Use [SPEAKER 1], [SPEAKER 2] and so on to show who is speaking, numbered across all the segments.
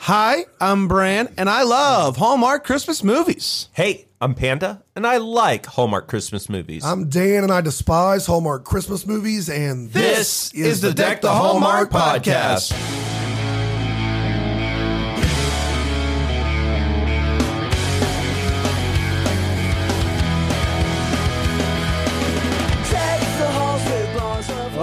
[SPEAKER 1] Hi, I'm Bran, and I love Hallmark Christmas movies.
[SPEAKER 2] Hey, I'm Panda, and I like Hallmark Christmas movies.
[SPEAKER 3] I'm Dan, and I despise Hallmark Christmas movies. And
[SPEAKER 1] This is the Deck the Hallmark podcast.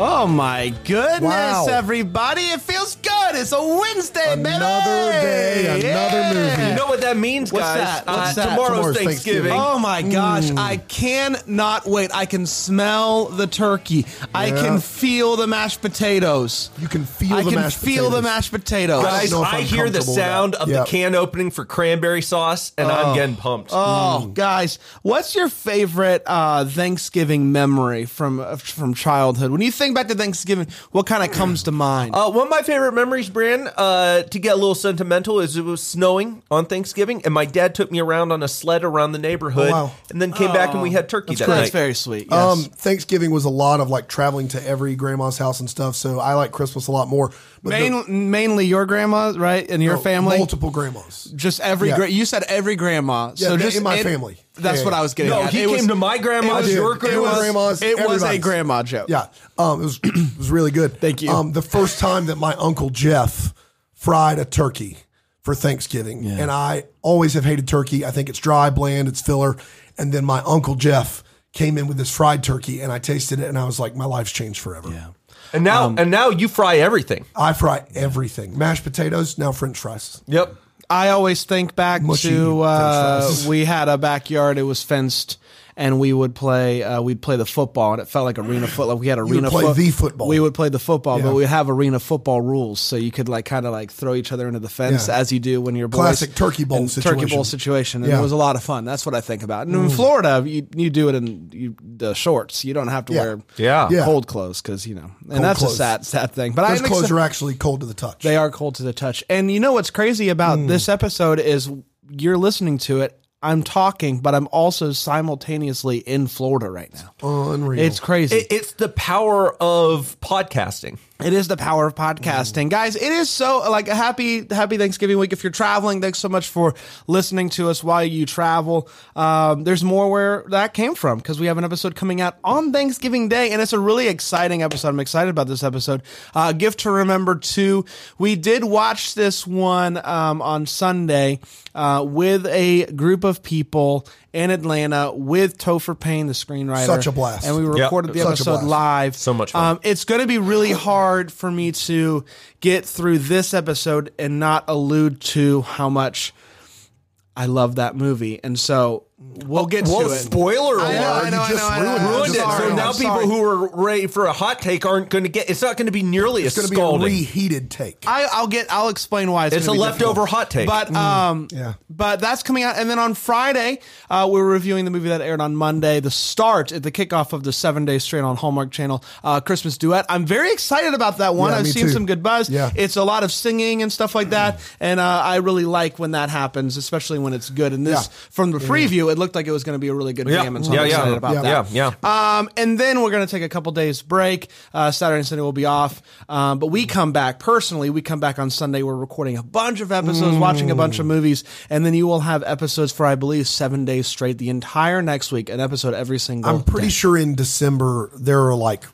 [SPEAKER 1] Oh my goodness,
[SPEAKER 3] Wow.
[SPEAKER 1] everybody. It feels good. It's a Wednesday, baby.
[SPEAKER 3] Another day, another movie.
[SPEAKER 2] you know what that means,
[SPEAKER 1] What's
[SPEAKER 2] guys? Uh,
[SPEAKER 1] that? What's that?
[SPEAKER 2] Tomorrow's,
[SPEAKER 3] Tomorrow's
[SPEAKER 2] Thanksgiving.
[SPEAKER 3] Thanksgiving.
[SPEAKER 1] Oh my gosh,
[SPEAKER 3] Mm.
[SPEAKER 1] I cannot wait. I can smell the turkey. I
[SPEAKER 3] Yeah.
[SPEAKER 1] can feel the mashed potatoes.
[SPEAKER 3] you can feel
[SPEAKER 1] I
[SPEAKER 3] the
[SPEAKER 1] can
[SPEAKER 3] mashed
[SPEAKER 1] feel the
[SPEAKER 3] potatoes.
[SPEAKER 1] mashed potatoes.
[SPEAKER 3] I
[SPEAKER 2] Guys,
[SPEAKER 3] don't know if
[SPEAKER 2] I
[SPEAKER 3] I'm
[SPEAKER 2] hear the
[SPEAKER 3] comfortable with
[SPEAKER 2] sound
[SPEAKER 3] that.
[SPEAKER 2] of
[SPEAKER 3] Yeah.
[SPEAKER 2] the can opening for cranberry sauce, and I'm getting pumped.
[SPEAKER 1] Oh,
[SPEAKER 3] Mm.
[SPEAKER 1] guys, what's your favorite uh, Thanksgiving memory from uh, from childhood? When you think back to Thanksgiving, what kind of comes to mind?
[SPEAKER 3] Oh,
[SPEAKER 2] Uh, one of my favorite memories, Bran, uh, to get a little sentimental, is it was snowing on Thanksgiving, and my dad took me around on a sled around the neighborhood,
[SPEAKER 3] Oh, wow.
[SPEAKER 2] and then came back and we had turkey
[SPEAKER 1] that's,
[SPEAKER 2] that
[SPEAKER 1] great.
[SPEAKER 2] night.
[SPEAKER 1] That's very sweet. Yes.
[SPEAKER 3] Um, Thanksgiving was a lot of like traveling to every grandma's house and stuff. So I like Christmas a lot more. But the-
[SPEAKER 1] Main, mainly your grandma, right, and your
[SPEAKER 3] no,
[SPEAKER 1] family.
[SPEAKER 3] multiple grandmas.
[SPEAKER 1] Just every
[SPEAKER 3] Yeah.
[SPEAKER 1] gra- you said every grandma.
[SPEAKER 3] Yeah,
[SPEAKER 1] so
[SPEAKER 3] th-
[SPEAKER 1] just
[SPEAKER 3] in my
[SPEAKER 1] it-
[SPEAKER 3] family.
[SPEAKER 1] That's
[SPEAKER 3] Yeah,
[SPEAKER 1] what
[SPEAKER 3] yeah.
[SPEAKER 1] I was getting.
[SPEAKER 2] No,
[SPEAKER 1] at.
[SPEAKER 2] he
[SPEAKER 1] It
[SPEAKER 2] came
[SPEAKER 1] was-
[SPEAKER 2] to my grandma's,
[SPEAKER 1] it was-
[SPEAKER 2] your
[SPEAKER 1] it
[SPEAKER 3] grandma's,
[SPEAKER 1] was-
[SPEAKER 3] grandma's,
[SPEAKER 1] It was a
[SPEAKER 3] everybody's.
[SPEAKER 1] grandma joke.
[SPEAKER 3] Yeah, um, it was it was really good.
[SPEAKER 1] Thank you.
[SPEAKER 3] Um, the first time that my uncle Jeff fried a turkey for Thanksgiving, and I always have hated turkey. I think it's dry, bland, it's filler. And then my uncle Jeff came in with this fried turkey, and I tasted it, and I was like, my life's changed forever. Yeah.
[SPEAKER 2] and now and now you fry everything.
[SPEAKER 3] I fry everything: mashed potatoes, now French fries.
[SPEAKER 2] Yep.
[SPEAKER 1] I always think back
[SPEAKER 3] Mushy
[SPEAKER 1] to uh,
[SPEAKER 3] french fries.
[SPEAKER 1] we had a backyard. It was fenced, and we would play. Uh, we'd play the football, and it felt like arena football. Like we had arena
[SPEAKER 3] play
[SPEAKER 1] foot-
[SPEAKER 3] the football.
[SPEAKER 1] We would play the football, but
[SPEAKER 3] Yeah.
[SPEAKER 1] we would have arena football rules, so you could like kind of like throw each other into the fence
[SPEAKER 3] Yeah.
[SPEAKER 1] as you do when you're boys.
[SPEAKER 3] Classic turkey bowl
[SPEAKER 1] And Turkey bowl
[SPEAKER 3] situation.
[SPEAKER 1] situation, and
[SPEAKER 3] Yeah. Mm.
[SPEAKER 1] it was a lot of fun. That's what I think about. And in Florida, you you do it in you, the shorts. You don't have to
[SPEAKER 3] Yeah.
[SPEAKER 1] wear
[SPEAKER 2] Yeah.
[SPEAKER 3] Yeah.
[SPEAKER 1] cold clothes because you know, and that's a
[SPEAKER 3] clothes.
[SPEAKER 1] sad sad thing. But
[SPEAKER 3] Those
[SPEAKER 1] I
[SPEAKER 3] clothes are actually cold to the touch.
[SPEAKER 1] they are cold to the touch. And you know what's crazy about this episode is you're listening to it. I'm talking, but I'm also simultaneously in Florida right now.
[SPEAKER 3] unreal.
[SPEAKER 1] It's crazy.
[SPEAKER 2] It, it's the power of podcasting.
[SPEAKER 1] it is the power of podcasting,
[SPEAKER 3] Mm-hmm.
[SPEAKER 1] guys. It is so like a happy, happy Thanksgiving week. If you're traveling, thanks so much for listening to us while you travel. Um, there's more where that came from because we have an episode coming out on Thanksgiving Day, and it's a really exciting episode. I'm excited about this episode. Uh, Gift to remember too. We did watch this one um, on Sunday uh, with a group of people in Atlanta with Topher Payne, the screenwriter.
[SPEAKER 3] Such a blast.
[SPEAKER 1] And we
[SPEAKER 3] Yep.
[SPEAKER 1] recorded the
[SPEAKER 3] Such a
[SPEAKER 1] episode
[SPEAKER 3] blast.
[SPEAKER 1] live.
[SPEAKER 2] So much fun.
[SPEAKER 1] Um, it's going to be really hard for me to get through this episode and not allude to how much I love that movie. And so we'll get
[SPEAKER 2] Whoa,
[SPEAKER 1] to it.
[SPEAKER 2] spoiler
[SPEAKER 1] I know, I
[SPEAKER 2] alert.
[SPEAKER 1] know, I
[SPEAKER 3] You
[SPEAKER 1] know,
[SPEAKER 3] just
[SPEAKER 1] I know, I know.
[SPEAKER 3] ruined it.
[SPEAKER 2] ruined it.
[SPEAKER 3] Sorry,
[SPEAKER 2] so
[SPEAKER 3] I'm
[SPEAKER 2] now people who are ready for a hot take aren't going to get. It's not going to be nearly as
[SPEAKER 3] going to be a
[SPEAKER 2] scalding.
[SPEAKER 3] reheated take.
[SPEAKER 1] I, I'll get. I'll explain why. It's,
[SPEAKER 2] it's a
[SPEAKER 1] gonna be
[SPEAKER 2] leftover
[SPEAKER 1] difficult.
[SPEAKER 2] hot take. Mm.
[SPEAKER 1] But um,
[SPEAKER 3] yeah.
[SPEAKER 1] But that's coming out. And then on Friday, uh, we're reviewing the movie that aired on Monday, The Start, at the kickoff of the seven day straight on Hallmark Channel uh, Christmas duet. I'm very excited about that one.
[SPEAKER 3] Yeah,
[SPEAKER 1] I've
[SPEAKER 3] me
[SPEAKER 1] seen
[SPEAKER 3] too.
[SPEAKER 1] some good buzz.
[SPEAKER 3] Yeah.
[SPEAKER 1] It's a lot of singing and stuff like that. And uh, I really like when that happens, especially when it's good. And this,
[SPEAKER 3] Yeah.
[SPEAKER 1] from the preview, it looked like it was going to be a really good
[SPEAKER 2] yeah,
[SPEAKER 1] jam. And so
[SPEAKER 2] yeah,
[SPEAKER 1] I'm excited
[SPEAKER 2] yeah,
[SPEAKER 1] about
[SPEAKER 2] yeah,
[SPEAKER 1] that.
[SPEAKER 2] yeah, yeah.
[SPEAKER 1] Um, and then we're going to take a couple days break. Uh, Saturday and Sunday will be off. Um, but we come back personally. We come back on Sunday. We're recording a bunch of episodes,
[SPEAKER 3] Mm.
[SPEAKER 1] watching a bunch of movies, and then you will have episodes for I believe seven days straight, the entire next week, an episode every single.
[SPEAKER 3] I'm pretty
[SPEAKER 1] day.
[SPEAKER 3] sure in December there are like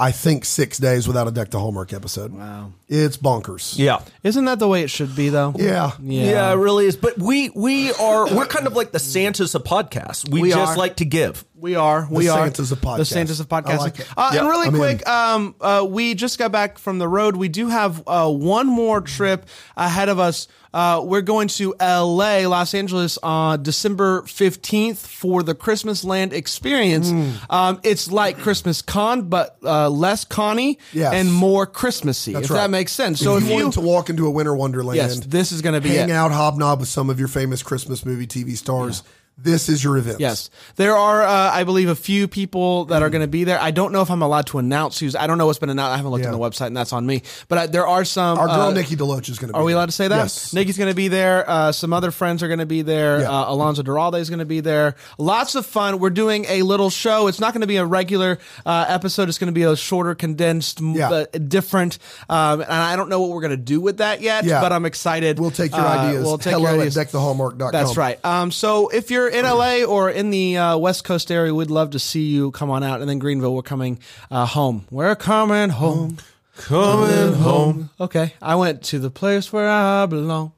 [SPEAKER 3] I think six days without a deck to homework episode. Wow, it's bonkers.
[SPEAKER 2] yeah.
[SPEAKER 1] Isn't that the way it should be though?
[SPEAKER 3] yeah,
[SPEAKER 2] Yeah. it really is. But we we are we're kind of like the Santas of podcasts. We,
[SPEAKER 1] We
[SPEAKER 2] just
[SPEAKER 1] are.
[SPEAKER 2] like to give.
[SPEAKER 1] We are. We are.
[SPEAKER 3] Santas of
[SPEAKER 1] The
[SPEAKER 3] podcast.
[SPEAKER 1] Santas of
[SPEAKER 3] I
[SPEAKER 1] podcasting.
[SPEAKER 3] like it.
[SPEAKER 1] Uh, And
[SPEAKER 2] Yeah,
[SPEAKER 1] really
[SPEAKER 3] I'm in.
[SPEAKER 1] quick, um, uh, we just got back from the road. We do have uh, one more trip ahead of us. Uh, we're going to LA, Los Angeles, on December 15th for the Christmas Land Experience.
[SPEAKER 3] Mm.
[SPEAKER 1] Um, it's like Christmas Con, but uh, less Conny
[SPEAKER 3] Yes.
[SPEAKER 1] and more Christmassy, if
[SPEAKER 3] right.
[SPEAKER 1] that makes sense. So
[SPEAKER 3] if,
[SPEAKER 1] if
[SPEAKER 3] you,
[SPEAKER 1] you.
[SPEAKER 3] want to walk into a winter wonderland,
[SPEAKER 1] Yes, this is going to be
[SPEAKER 3] hang
[SPEAKER 1] it.
[SPEAKER 3] out, hobnob with some of your famous Christmas movie TV stars. This is your event.
[SPEAKER 1] Yes, there are. Uh, I believe a few people that are going to be there. I don't know if I'm allowed to announce who's. I don't know what's been announced. I haven't looked
[SPEAKER 3] Yeah.
[SPEAKER 1] on the website, and that's on me. But I, there are some.
[SPEAKER 3] Our girl
[SPEAKER 1] uh,
[SPEAKER 3] Nikki Deloach is going to be
[SPEAKER 1] Are we
[SPEAKER 3] there.
[SPEAKER 1] allowed to say that?
[SPEAKER 3] Yes.
[SPEAKER 1] Nikki's going to be there. Uh, some other friends are going to be there.
[SPEAKER 3] Yeah.
[SPEAKER 1] Uh, Alonzo Duralde is going to be there. Lots of fun. We're doing a little show. It's not going to be a regular uh, episode. It's going to be a shorter, condensed, m-
[SPEAKER 3] Yeah.
[SPEAKER 1] uh, different. Um, and I don't know what we're going to do with that yet,
[SPEAKER 3] Yeah.
[SPEAKER 1] but I'm excited.
[SPEAKER 3] We'll take your
[SPEAKER 1] Uh,
[SPEAKER 3] ideas.
[SPEAKER 1] We'll take
[SPEAKER 3] Hello
[SPEAKER 1] your
[SPEAKER 3] at
[SPEAKER 1] ideas.
[SPEAKER 3] deckthehallmark.com.
[SPEAKER 1] That's right. Um, so if you're in LA or in the uh, West Coast area, we'd love to see you come on out. And then Greenville, we're coming uh, home. We're coming home.
[SPEAKER 2] Coming home.
[SPEAKER 1] Okay, I went to the place where I belong.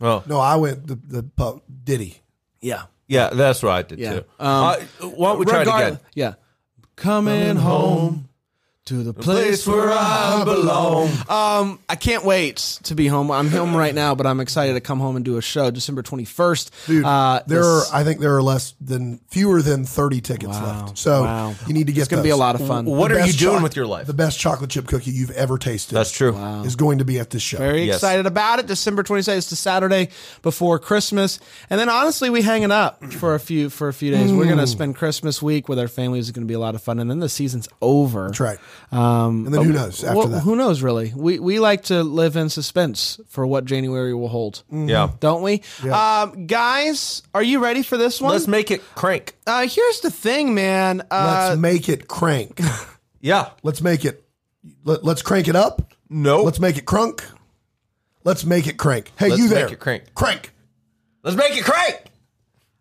[SPEAKER 2] Oh,
[SPEAKER 3] No, I went the the pub, Diddy.
[SPEAKER 1] Yeah.
[SPEAKER 2] yeah, that's what I did
[SPEAKER 1] Yeah.
[SPEAKER 2] too.
[SPEAKER 1] Um,
[SPEAKER 2] Uh, why don't we try it again?
[SPEAKER 1] Yeah. Coming home to the place where I belong. Um, I can't wait to be home. I'm home right now, but I'm excited to come home and do a show December 21st.
[SPEAKER 3] Dude, there
[SPEAKER 1] Uh, this-
[SPEAKER 3] are I think there are less than fewer than 30 tickets left. So
[SPEAKER 1] wow.
[SPEAKER 3] you need to get
[SPEAKER 1] it's going to be a lot of fun.
[SPEAKER 2] What are you doing with your life?
[SPEAKER 3] The best chocolate chip cookie you've ever tasted.
[SPEAKER 2] That's true.
[SPEAKER 3] Is going to be at this show.
[SPEAKER 1] Very
[SPEAKER 2] Yes.
[SPEAKER 1] excited about it. December 26th is the Saturday before Christmas. And then honestly, we hanging up for a few for a few days. We're going to spend Christmas week with our families. It's going to be a lot of fun. And then the season's over.
[SPEAKER 3] That's right. Um, and then who knows after
[SPEAKER 1] Well,
[SPEAKER 3] that?
[SPEAKER 1] Who knows, really? We we like to live in suspense for what January will hold,
[SPEAKER 2] Yeah.
[SPEAKER 1] don't we? Um, guys, are you ready for this one?
[SPEAKER 2] Let's make it crank.
[SPEAKER 1] uh, here's the thing, man. Uh,
[SPEAKER 3] let's make it crank.
[SPEAKER 2] Yeah.
[SPEAKER 3] let's make it. Let, let's crank it up.
[SPEAKER 2] No.
[SPEAKER 3] Let's
[SPEAKER 2] Let's,
[SPEAKER 3] make it crunk. Let's make it crank. Hey,
[SPEAKER 2] Let's
[SPEAKER 3] you
[SPEAKER 2] make
[SPEAKER 3] there?
[SPEAKER 2] it crank.
[SPEAKER 3] Crank.
[SPEAKER 2] make it crank.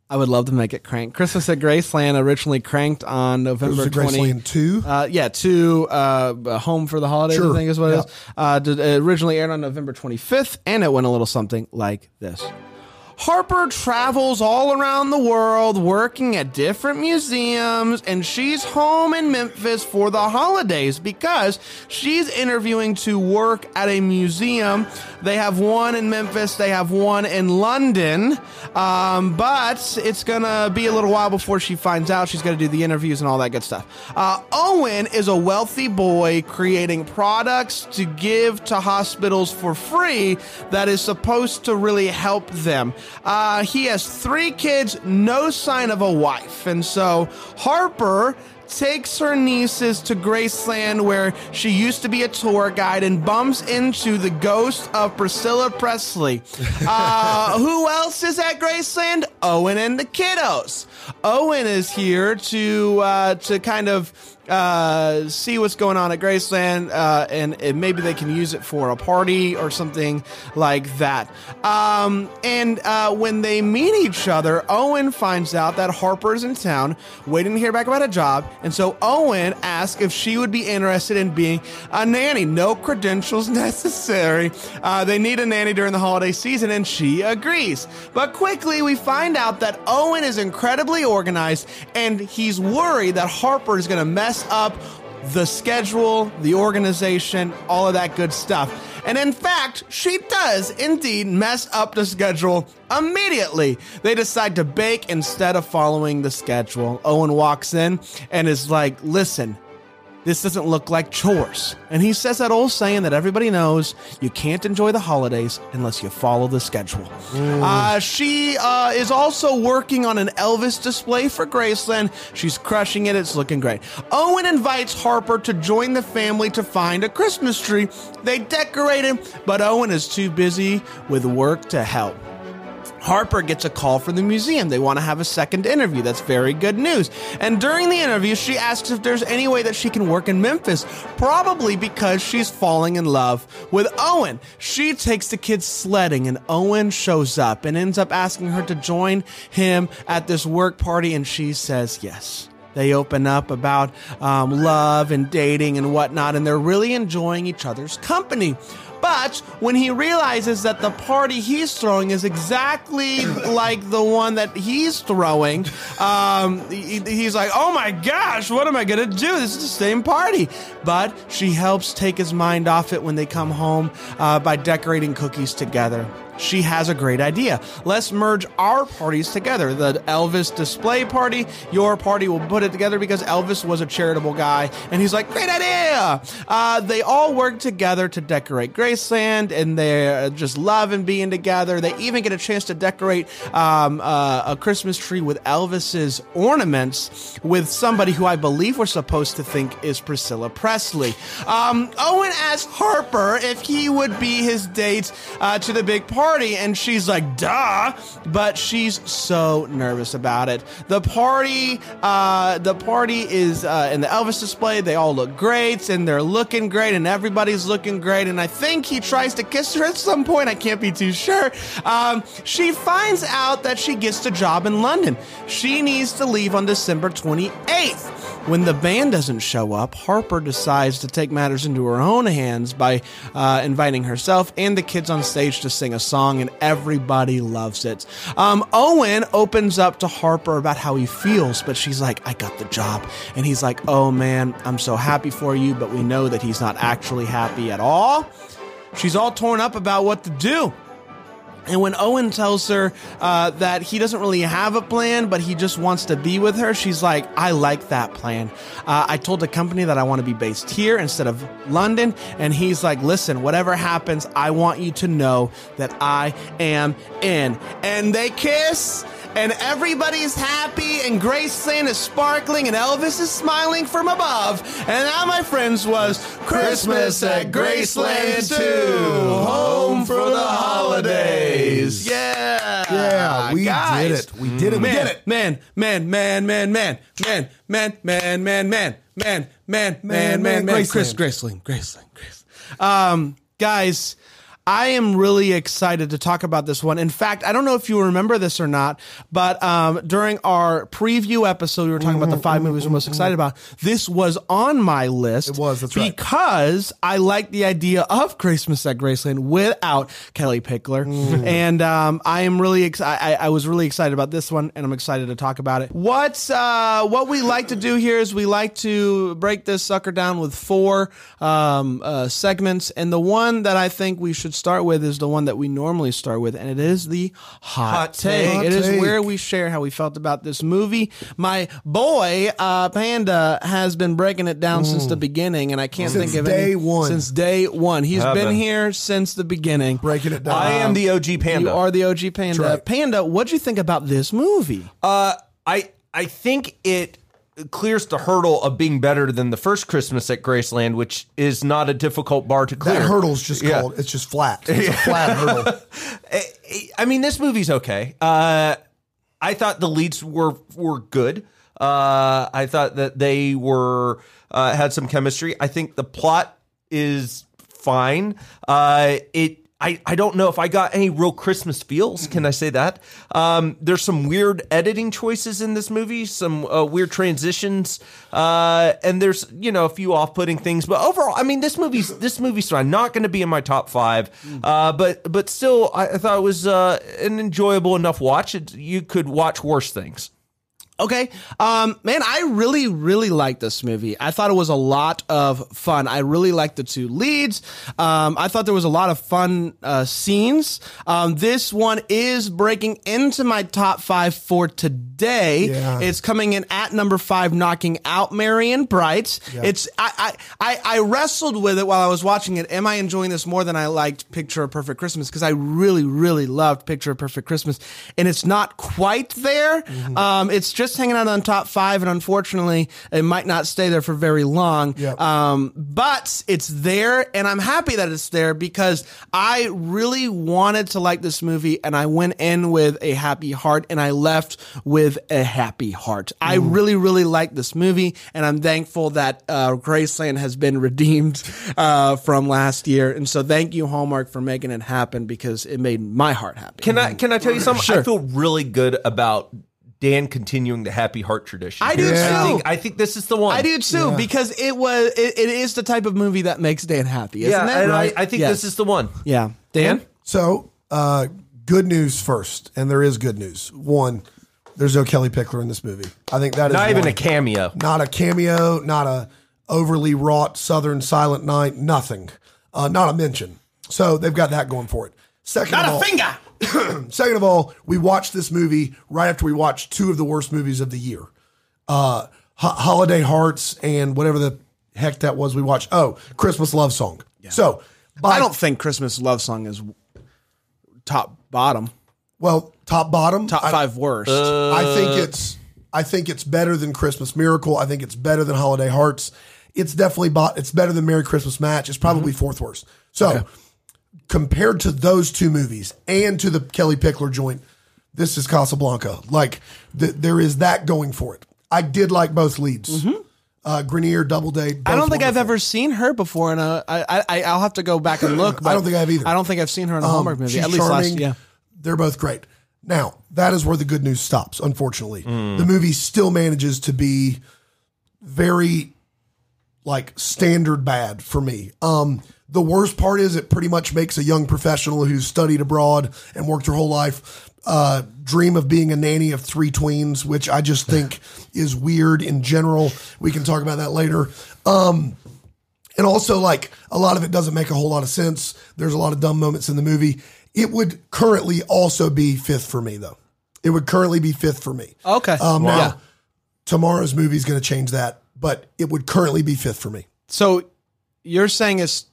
[SPEAKER 1] I would love to make it crank. Christmas at Graceland originally cranked on
[SPEAKER 3] This
[SPEAKER 1] November
[SPEAKER 3] is
[SPEAKER 1] twenty.
[SPEAKER 3] Graceland two.
[SPEAKER 1] Uh, yeah, to uh, a Home for the Holidays,
[SPEAKER 3] Sure.
[SPEAKER 1] I think is what
[SPEAKER 3] Yeah.
[SPEAKER 1] it is. Uh, did, it originally aired on November 25th, and it went a little something like this. Harper travels all around the world working at different museums, and she's home in Memphis for the holidays because she's interviewing to work at a museum. They have one in Memphis, they have one in London, um, but it's gonna be a little while before she finds out. She's gonna do the interviews and all that good stuff. Uh, Owen is a wealthy boy creating products to give to hospitals for free that is supposed to really help them. Uh, he has three kids, no sign of a wife. And so Harper takes her nieces to Graceland where she used to be a tour guide and bumps into the ghost of Priscilla Presley. Uh, who else is at Graceland? Owen and the kiddos. Owen is here to uh, to kind of uh, see what's going on at Graceland, uh, and, and maybe they can use it for a party or something like that. Um, and uh, when they meet each other, Owen finds out that Harper's in town waiting to hear back about a job, and so Owen asks if she would be interested in being a nanny. No credentials necessary. Uh, they need a nanny during the holiday season, and she agrees. But quickly, we find out that Owen is incredibly organized, and he's worried that Harper is going to mess up the schedule, the organization, all of that good stuff. And in fact, she does indeed mess up the schedule immediately. They decide to bake instead of following the schedule. Owen walks in and is like, listen, this doesn't look like chores. And he says that old saying that everybody knows you can't enjoy the holidays unless you follow the schedule. Uh, she uh, is also working on an Elvis display for Graceland. She's crushing it, it's looking great. Owen invites Harper to join the family to find a Christmas tree. They decorate him, but Owen is too busy with work to help. Harper gets a call from the museum. They want to have a second interview. That's very good news. And during the interview, she asks if there's any way that she can work in Memphis, probably because she's falling in love with Owen. She takes the kids sledding, and Owen shows up and ends up asking her to join him at this work party, and she says yes. They open up about um, love and dating and whatnot, and they're really enjoying each other's company. But when he realizes that the party he's throwing is exactly like the one that he's throwing, um, he- he's like, oh my gosh, what am I going to do? This is the same party. But she helps take his mind off it when they come home uh, by decorating cookies together. She has a great idea. Let's merge our parties together. The Elvis display party, your party will put it together because Elvis was a charitable guy. And he's like, great idea. Uh, they all work together to decorate Graceland. Iceland, and they're just loving being together. They even get a chance to decorate um, uh, a Christmas tree with Elvis's ornaments with somebody who I believe we're supposed to think is Priscilla Presley. Um, Owen asks Harper if he would be his date uh, to the big party, and she's like, "Duh," but she's so nervous about it. The party, uh, the party is uh, in the Elvis display. They all look great, and they're looking great, and everybody's looking great. And I think he tries to kiss her at some point. I can't be too sure. Um, she finds out that she gets the job in London. She needs to leave on December 28th. When the band doesn't show up, Harper decides to take matters into her own hands by uh, inviting herself and the kids on stage to sing a song, and everybody loves it. Um, Owen opens up to Harper about how he feels, but she's like, I got the job. And he's like, Oh man, I'm so happy for you, but we know that he's not actually happy at all. She's all torn up about what to do. And when Owen tells her uh, that he doesn't really have a plan, but he just wants to be with her, she's like, I like that plan. Uh, I told the company that I want to be based here instead of London. And he's like, listen, whatever happens, I want you to know that I am in. And they kiss. And everybody's happy, and Graceland is sparkling, and Elvis is smiling from above. And now, my friends, was Christmas at Graceland 2, home for the holidays. Yeah.
[SPEAKER 3] Yeah, we
[SPEAKER 1] guys.
[SPEAKER 3] did it. We did it. We
[SPEAKER 1] Man,
[SPEAKER 3] did it.
[SPEAKER 1] man, man, man, man, man, man, man, man, man, man, man, man, man, man, man,
[SPEAKER 3] man,
[SPEAKER 1] Chris, Graceland, Graceland, Grace. Um, guys, I am really excited to talk about this one. In fact, I don't know if you remember this or not, but um, during our preview episode, we were talking about the five movies we're most excited about. This was on my list. It
[SPEAKER 3] was, that's right.
[SPEAKER 1] because I like the idea of Christmas at Graceland without Kelly Pickler,
[SPEAKER 2] Mm.
[SPEAKER 1] and um, I am really ex- I, I- I was really excited about this one, and I'm excited to talk about it. What's uh, what we like to do here is we like to break this sucker down with four um, uh, segments, and the one that I think we should start with is the one that we normally start with, and it is the hot,
[SPEAKER 2] Hot
[SPEAKER 1] take.
[SPEAKER 2] take.
[SPEAKER 1] It is
[SPEAKER 3] Hot take.
[SPEAKER 1] where we share how we felt about this movie. My boy uh, Panda has been breaking it down since the beginning, and I can't
[SPEAKER 3] Mm. Since
[SPEAKER 1] think of
[SPEAKER 3] day
[SPEAKER 1] any,
[SPEAKER 3] one.
[SPEAKER 1] Since day one, he's been
[SPEAKER 2] been.
[SPEAKER 1] here since the beginning.
[SPEAKER 3] Breaking it down.
[SPEAKER 2] I am the OG
[SPEAKER 1] You
[SPEAKER 2] panda.
[SPEAKER 1] are the OG Panda.
[SPEAKER 3] right.
[SPEAKER 1] Panda, what'd you think about this movie?
[SPEAKER 2] Uh, I I think it clears the hurdle of being better than the first Christmas at Graceland, which is not a difficult bar to clear.
[SPEAKER 3] that hurdle's just
[SPEAKER 2] Yeah.
[SPEAKER 3] called. It's just flat. It's a flat hurdle.
[SPEAKER 2] I mean, this movie's okay. Uh, I thought the leads were were good. Uh, I thought that they were uh, had some chemistry. I think the plot is fine. Uh, it. I, I don't know if I got any real Christmas feels. Can I say that? Um, there's some weird editing choices in this movie, some uh, weird transitions, uh, and there's you know a few off-putting things. But overall, I mean, this movie's this movie's fine. Not going to be in my top five,
[SPEAKER 1] Mm.
[SPEAKER 2] uh, but but still, I, I thought it was uh, an enjoyable enough watch. It, you could watch worse things.
[SPEAKER 1] Okay. Um, man, I really, really liked this movie. I thought it was a lot of fun. I really liked the two leads. Um, I thought there was a lot of fun uh, scenes. Um, this one is breaking into my top five for today.
[SPEAKER 3] Yeah.
[SPEAKER 1] It's coming in at number five, knocking out Marion Bright. It's I, I I I wrestled with it while I was watching it. Am I enjoying this more than I liked Picture of Perfect Christmas? Because I really, really loved Picture of Perfect Christmas, and it's not quite there. Um, it's just hanging out on top five, and unfortunately, it might not stay there for very long.
[SPEAKER 3] Yep.
[SPEAKER 1] Um, but it's there, and I'm happy that it's there because I really wanted to like this movie, and I went in with a happy heart, and I left with a happy heart. I
[SPEAKER 2] Mm.
[SPEAKER 1] really, really like this movie, and I'm thankful that uh, Graceland has been redeemed uh, from last year. And so, thank you, Hallmark, for making it happen because it made my heart happy.
[SPEAKER 2] Can I can I tell you something? I feel really good about Dan continuing the happy heart tradition.
[SPEAKER 1] I do
[SPEAKER 3] Yeah.
[SPEAKER 2] I
[SPEAKER 1] too.
[SPEAKER 2] think I think this is the one.
[SPEAKER 1] I do too because it was it, it is the type of movie that makes Dan happy, isn't
[SPEAKER 2] Yeah,
[SPEAKER 1] it?
[SPEAKER 2] and
[SPEAKER 1] Right?
[SPEAKER 2] I, I think
[SPEAKER 1] Yes.
[SPEAKER 2] this is the one.
[SPEAKER 1] yeah. Dan,
[SPEAKER 3] So, uh, good news first, and there is good news. One, there's no Kelly Pickler in this movie. I think that is
[SPEAKER 2] Not even
[SPEAKER 3] one.
[SPEAKER 2] a cameo.
[SPEAKER 3] not a cameo, not a overly wrought Southern Silent Night, nothing, uh, not a mention. So they've got that going for it. Second, of all,
[SPEAKER 1] finger.
[SPEAKER 3] Second of all, we watched this movie right after we watched two of the worst movies of the year, uh, Ho- Holiday Hearts and whatever the heck that was we watched. Oh, Christmas Love Song. So
[SPEAKER 1] I don't think Christmas love song is top bottom,
[SPEAKER 3] Well, top bottom.
[SPEAKER 1] top
[SPEAKER 3] I, Uh,
[SPEAKER 1] five worst.
[SPEAKER 3] I think it's I think it's better than Christmas Miracle. I think it's better than Holiday Hearts. It's definitely bought. It's better than Merry Christmas Match. It's probably
[SPEAKER 1] Mm-hmm.
[SPEAKER 3] fourth worst. So compared to those two movies and to the Kelly Pickler joint, this is Casablanca. Like th- there is that going for it. I did like both leads. Uh, Grenier, Doubleday.
[SPEAKER 1] Mm-hmm. I don't
[SPEAKER 3] both
[SPEAKER 1] think I've
[SPEAKER 3] wonderful.
[SPEAKER 1] ever seen her before, and uh, I I, I I'll have to go back and look. But
[SPEAKER 3] I don't think I have either. Um,
[SPEAKER 1] I don't think I've seen her in a Hallmark movie.
[SPEAKER 3] She's
[SPEAKER 1] At least
[SPEAKER 3] charming.
[SPEAKER 1] last, yeah.
[SPEAKER 3] They're both great. Now, that is where the good news stops, unfortunately. The movie still manages to be very like standard bad for me. Um the worst part is it pretty much makes a young professional who's studied abroad and worked her whole life uh, dream of being a nanny of three tweens, which I just think is weird in general. We can talk about that later. And also, like, a lot of it doesn't make a whole lot of sense. There's a lot of dumb moments in the movie. It would currently also be fifth for me, though. It would currently be fifth for me.
[SPEAKER 1] Okay.
[SPEAKER 3] Um,
[SPEAKER 1] Wow.
[SPEAKER 3] Now,
[SPEAKER 1] Yeah.
[SPEAKER 3] tomorrow's movie is going to change that, but it would currently be fifth for me.
[SPEAKER 1] So you're saying it's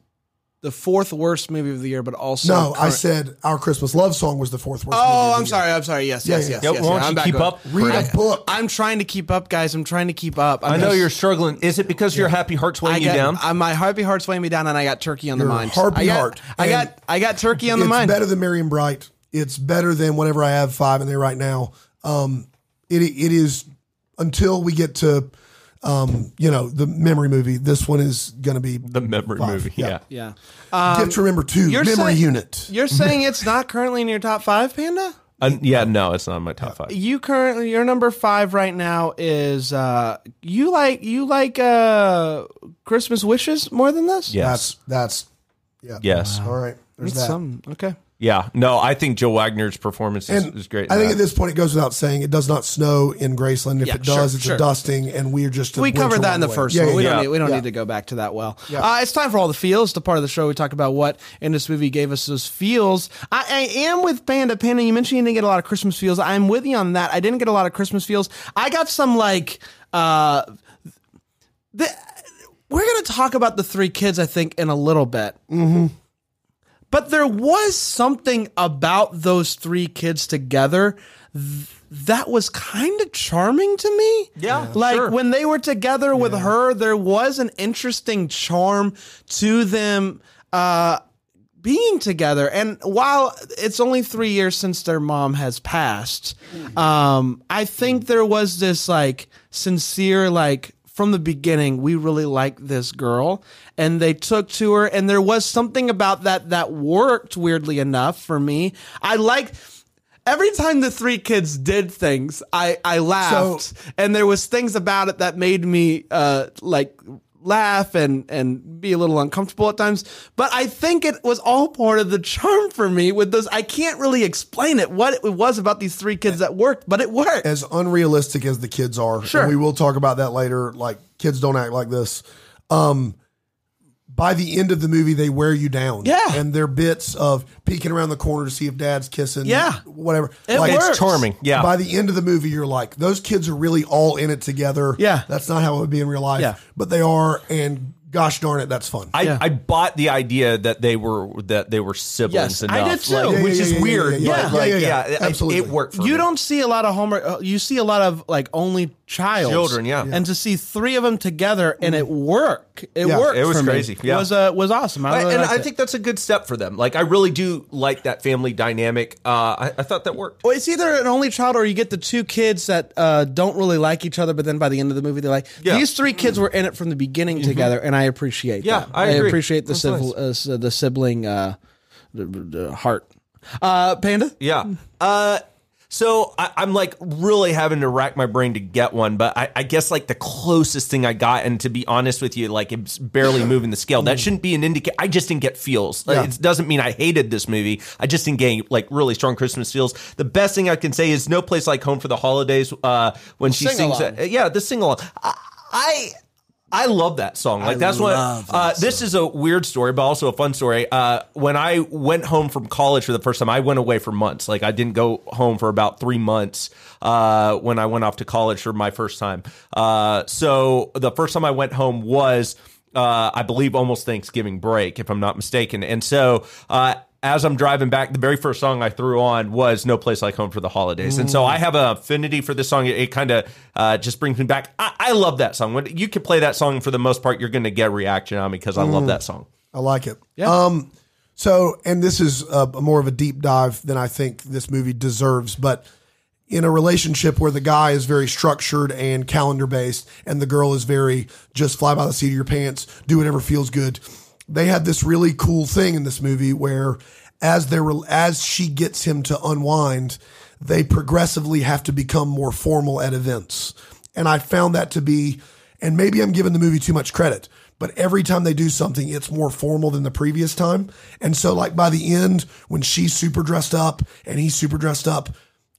[SPEAKER 1] the fourth worst movie of the year, but also
[SPEAKER 3] No, I
[SPEAKER 1] current-
[SPEAKER 3] said our Christmas love song was the fourth worst. movie of
[SPEAKER 1] Oh,
[SPEAKER 3] the
[SPEAKER 1] I'm
[SPEAKER 3] year.
[SPEAKER 1] sorry. I'm sorry. Yes, yes,
[SPEAKER 3] yeah.
[SPEAKER 1] yes.
[SPEAKER 2] Yeah,
[SPEAKER 1] yes,
[SPEAKER 2] won't
[SPEAKER 1] yeah.
[SPEAKER 2] you
[SPEAKER 1] I'm back
[SPEAKER 2] keep
[SPEAKER 1] going.
[SPEAKER 2] up?
[SPEAKER 3] Read a book.
[SPEAKER 1] I'm trying to keep up, guys. I'm trying to keep up. I'm
[SPEAKER 2] I know
[SPEAKER 1] just-
[SPEAKER 2] you're struggling. Is it because your happy heart's
[SPEAKER 1] I
[SPEAKER 2] weighing you
[SPEAKER 1] got-
[SPEAKER 2] down?
[SPEAKER 1] I, my harpy heart's weighing me down, and I got turkey on the
[SPEAKER 3] Your
[SPEAKER 1] mind.
[SPEAKER 3] harpy
[SPEAKER 1] I got,
[SPEAKER 3] heart.
[SPEAKER 1] I
[SPEAKER 3] And
[SPEAKER 1] got I got turkey on the
[SPEAKER 3] it's
[SPEAKER 1] mind.
[SPEAKER 3] better than Miriam Bright. It's better than whatever I have five in there right now. Um, it it is until we get to um, you know the memory movie. This one is going to be
[SPEAKER 2] the memory movie.
[SPEAKER 3] yeah.
[SPEAKER 2] Yeah.
[SPEAKER 1] Yeah.
[SPEAKER 3] gift. Remember two
[SPEAKER 1] Um, you're
[SPEAKER 3] memory
[SPEAKER 1] saying-
[SPEAKER 3] unit.
[SPEAKER 1] You're saying it's not currently in your top five, Panda?
[SPEAKER 2] Uh, yeah, no, it's not in my top five.
[SPEAKER 1] You currently your number five right now is uh you like you like uh Christmas wishes more than this?
[SPEAKER 2] Yes.
[SPEAKER 3] That's that's yeah.
[SPEAKER 2] Yes.
[SPEAKER 3] All right. There's
[SPEAKER 1] It's
[SPEAKER 3] that.
[SPEAKER 1] something. Okay.
[SPEAKER 2] Yeah. No, I think Joe Wagner's performance is,
[SPEAKER 3] And
[SPEAKER 2] is great. Uh, in
[SPEAKER 3] I think
[SPEAKER 2] that.
[SPEAKER 3] at this point it goes without saying it does not snow in Graceland. If
[SPEAKER 1] Yeah,
[SPEAKER 3] it does,
[SPEAKER 1] sure,
[SPEAKER 3] it's
[SPEAKER 1] sure.
[SPEAKER 3] a dusting, and we're just a
[SPEAKER 1] We
[SPEAKER 3] winter
[SPEAKER 1] covered that in the
[SPEAKER 3] runaway.
[SPEAKER 1] first
[SPEAKER 3] Yeah,
[SPEAKER 1] one.
[SPEAKER 3] yeah,
[SPEAKER 1] We
[SPEAKER 3] yeah.
[SPEAKER 1] don't need we don't
[SPEAKER 3] Yeah.
[SPEAKER 1] need to go back to that well. Uh, it's time for all the feels. The part of the show we talk about what in this movie gave us those feels. I, I am with Panda Panda. You mentioned you didn't get a lot of Christmas feels. I'm with you on that. I didn't get a lot of Christmas feels. I got some like uh the we're gonna talk about the three kids, I think, in a little bit.
[SPEAKER 3] Mm-hmm.
[SPEAKER 1] But there was something about those three kids together th- that was kind of charming to me.
[SPEAKER 2] Yeah,
[SPEAKER 1] Like
[SPEAKER 2] sure.
[SPEAKER 1] when they were together with her, there was an interesting charm to them uh, being together. And while it's only three years since their mom has passed, um, I think there was this like sincere, like, from the beginning, we really like this girl, and they took to her, and there was something about that that worked weirdly enough for me. I liked every time the three kids did things, I I laughed, and there was things about it that made me uh like laugh and and be a little uncomfortable at times but i think it was all part of the charm for me with those i can't really explain it what it was about these three kids that worked but it worked
[SPEAKER 3] as unrealistic as the kids are,
[SPEAKER 1] Sure.
[SPEAKER 3] and we will talk about that later. Like kids don't act like this. Um, by the end of the movie, they wear you down.
[SPEAKER 1] Yeah.
[SPEAKER 3] and their bits of peeking around the corner to see if dad's kissing.
[SPEAKER 1] Yeah.
[SPEAKER 3] whatever.
[SPEAKER 1] It
[SPEAKER 2] it's
[SPEAKER 1] works.
[SPEAKER 2] charming. Yeah.
[SPEAKER 3] By the end of the movie, you're like, those kids are really all in it together.
[SPEAKER 1] Yeah.
[SPEAKER 3] That's not how it would be in real life.
[SPEAKER 1] Yeah.
[SPEAKER 3] But they are, and gosh darn it, that's fun.
[SPEAKER 2] I,
[SPEAKER 1] Yeah.
[SPEAKER 2] I bought the idea that they were that they were siblings
[SPEAKER 1] Yes, I
[SPEAKER 2] enough,
[SPEAKER 1] did too.
[SPEAKER 2] like,
[SPEAKER 1] Yeah, yeah,
[SPEAKER 2] which is
[SPEAKER 3] yeah, yeah,
[SPEAKER 2] weird.
[SPEAKER 3] yeah, yeah,
[SPEAKER 2] but,
[SPEAKER 1] yeah.
[SPEAKER 2] like,
[SPEAKER 3] Yeah, yeah, yeah.
[SPEAKER 2] it-
[SPEAKER 3] Absolutely.
[SPEAKER 2] It worked. For
[SPEAKER 1] you
[SPEAKER 2] me.
[SPEAKER 1] don't see a lot of homework. uh, You see a lot of like only child
[SPEAKER 2] Children, yeah. Yeah.
[SPEAKER 1] And to see three of them together and it work, it
[SPEAKER 3] Yeah.
[SPEAKER 1] worked.
[SPEAKER 2] It was
[SPEAKER 1] for me.
[SPEAKER 2] crazy, yeah.
[SPEAKER 1] was uh, was awesome. I,
[SPEAKER 2] I-
[SPEAKER 1] really
[SPEAKER 2] and
[SPEAKER 1] liked
[SPEAKER 2] I
[SPEAKER 1] it.
[SPEAKER 2] think that's a good step for them. Like I really do like that family dynamic. Uh, I, I thought that worked.
[SPEAKER 1] Well, it's either an only child or you get the two kids that uh, don't really like each other, but then by the end of the movie, they're like,
[SPEAKER 2] Yeah. Mm-hmm.
[SPEAKER 1] these three kids were in it from the beginning together, and I appreciate
[SPEAKER 2] Yeah,
[SPEAKER 1] that.
[SPEAKER 2] I agree.
[SPEAKER 1] appreciate the,
[SPEAKER 2] That's
[SPEAKER 1] civil, uh, the sibling uh, the, the heart. Uh, Panda?
[SPEAKER 2] Yeah. Uh, so I, I'm like really having to rack my brain to get one, but I, I guess like the closest thing I got, and to be honest with you, like it's barely moving the scale. That shouldn't be an indicator. I just didn't get feels. Like,
[SPEAKER 3] Yeah.
[SPEAKER 2] It doesn't mean I hated this movie. I just didn't get like really strong Christmas feels. The best thing I can say is no place like home for the holidays. Uh, when she
[SPEAKER 1] Sing-along.
[SPEAKER 2] sings, that, yeah, the sing along. I. I I love that song. Like that's what uh, this is a weird story, but also a fun story. Uh, when I went home from college for the first time, I went away for months. Like I didn't go home for about three months uh, when I went off to college for my first time. Uh, so the first time I went home was uh, I believe almost Thanksgiving break, if I'm not mistaken. And so, uh, as I'm driving back, the very first song I threw on was "No Place Like Home for the Holidays," and so I have an affinity for this song. It, it kind of uh, just brings me back. I, I love that song. When you can play that song for the most part, you're going to get a reaction on me because I love that song.
[SPEAKER 3] I like it. Um, so, and this is uh more of a deep dive than I think this movie deserves, but in a relationship where the guy is very structured and calendar based and the girl is very just fly by the seat of your pants, do whatever feels good. They had this really cool thing in this movie where as they were, as she gets him to unwind, they progressively have to become more formal at events. And I found that to be and maybe I'm giving the movie too much credit, but every time they do something, it's more formal than the previous time. And so, like, by the end, when she's super dressed up and he's super dressed up,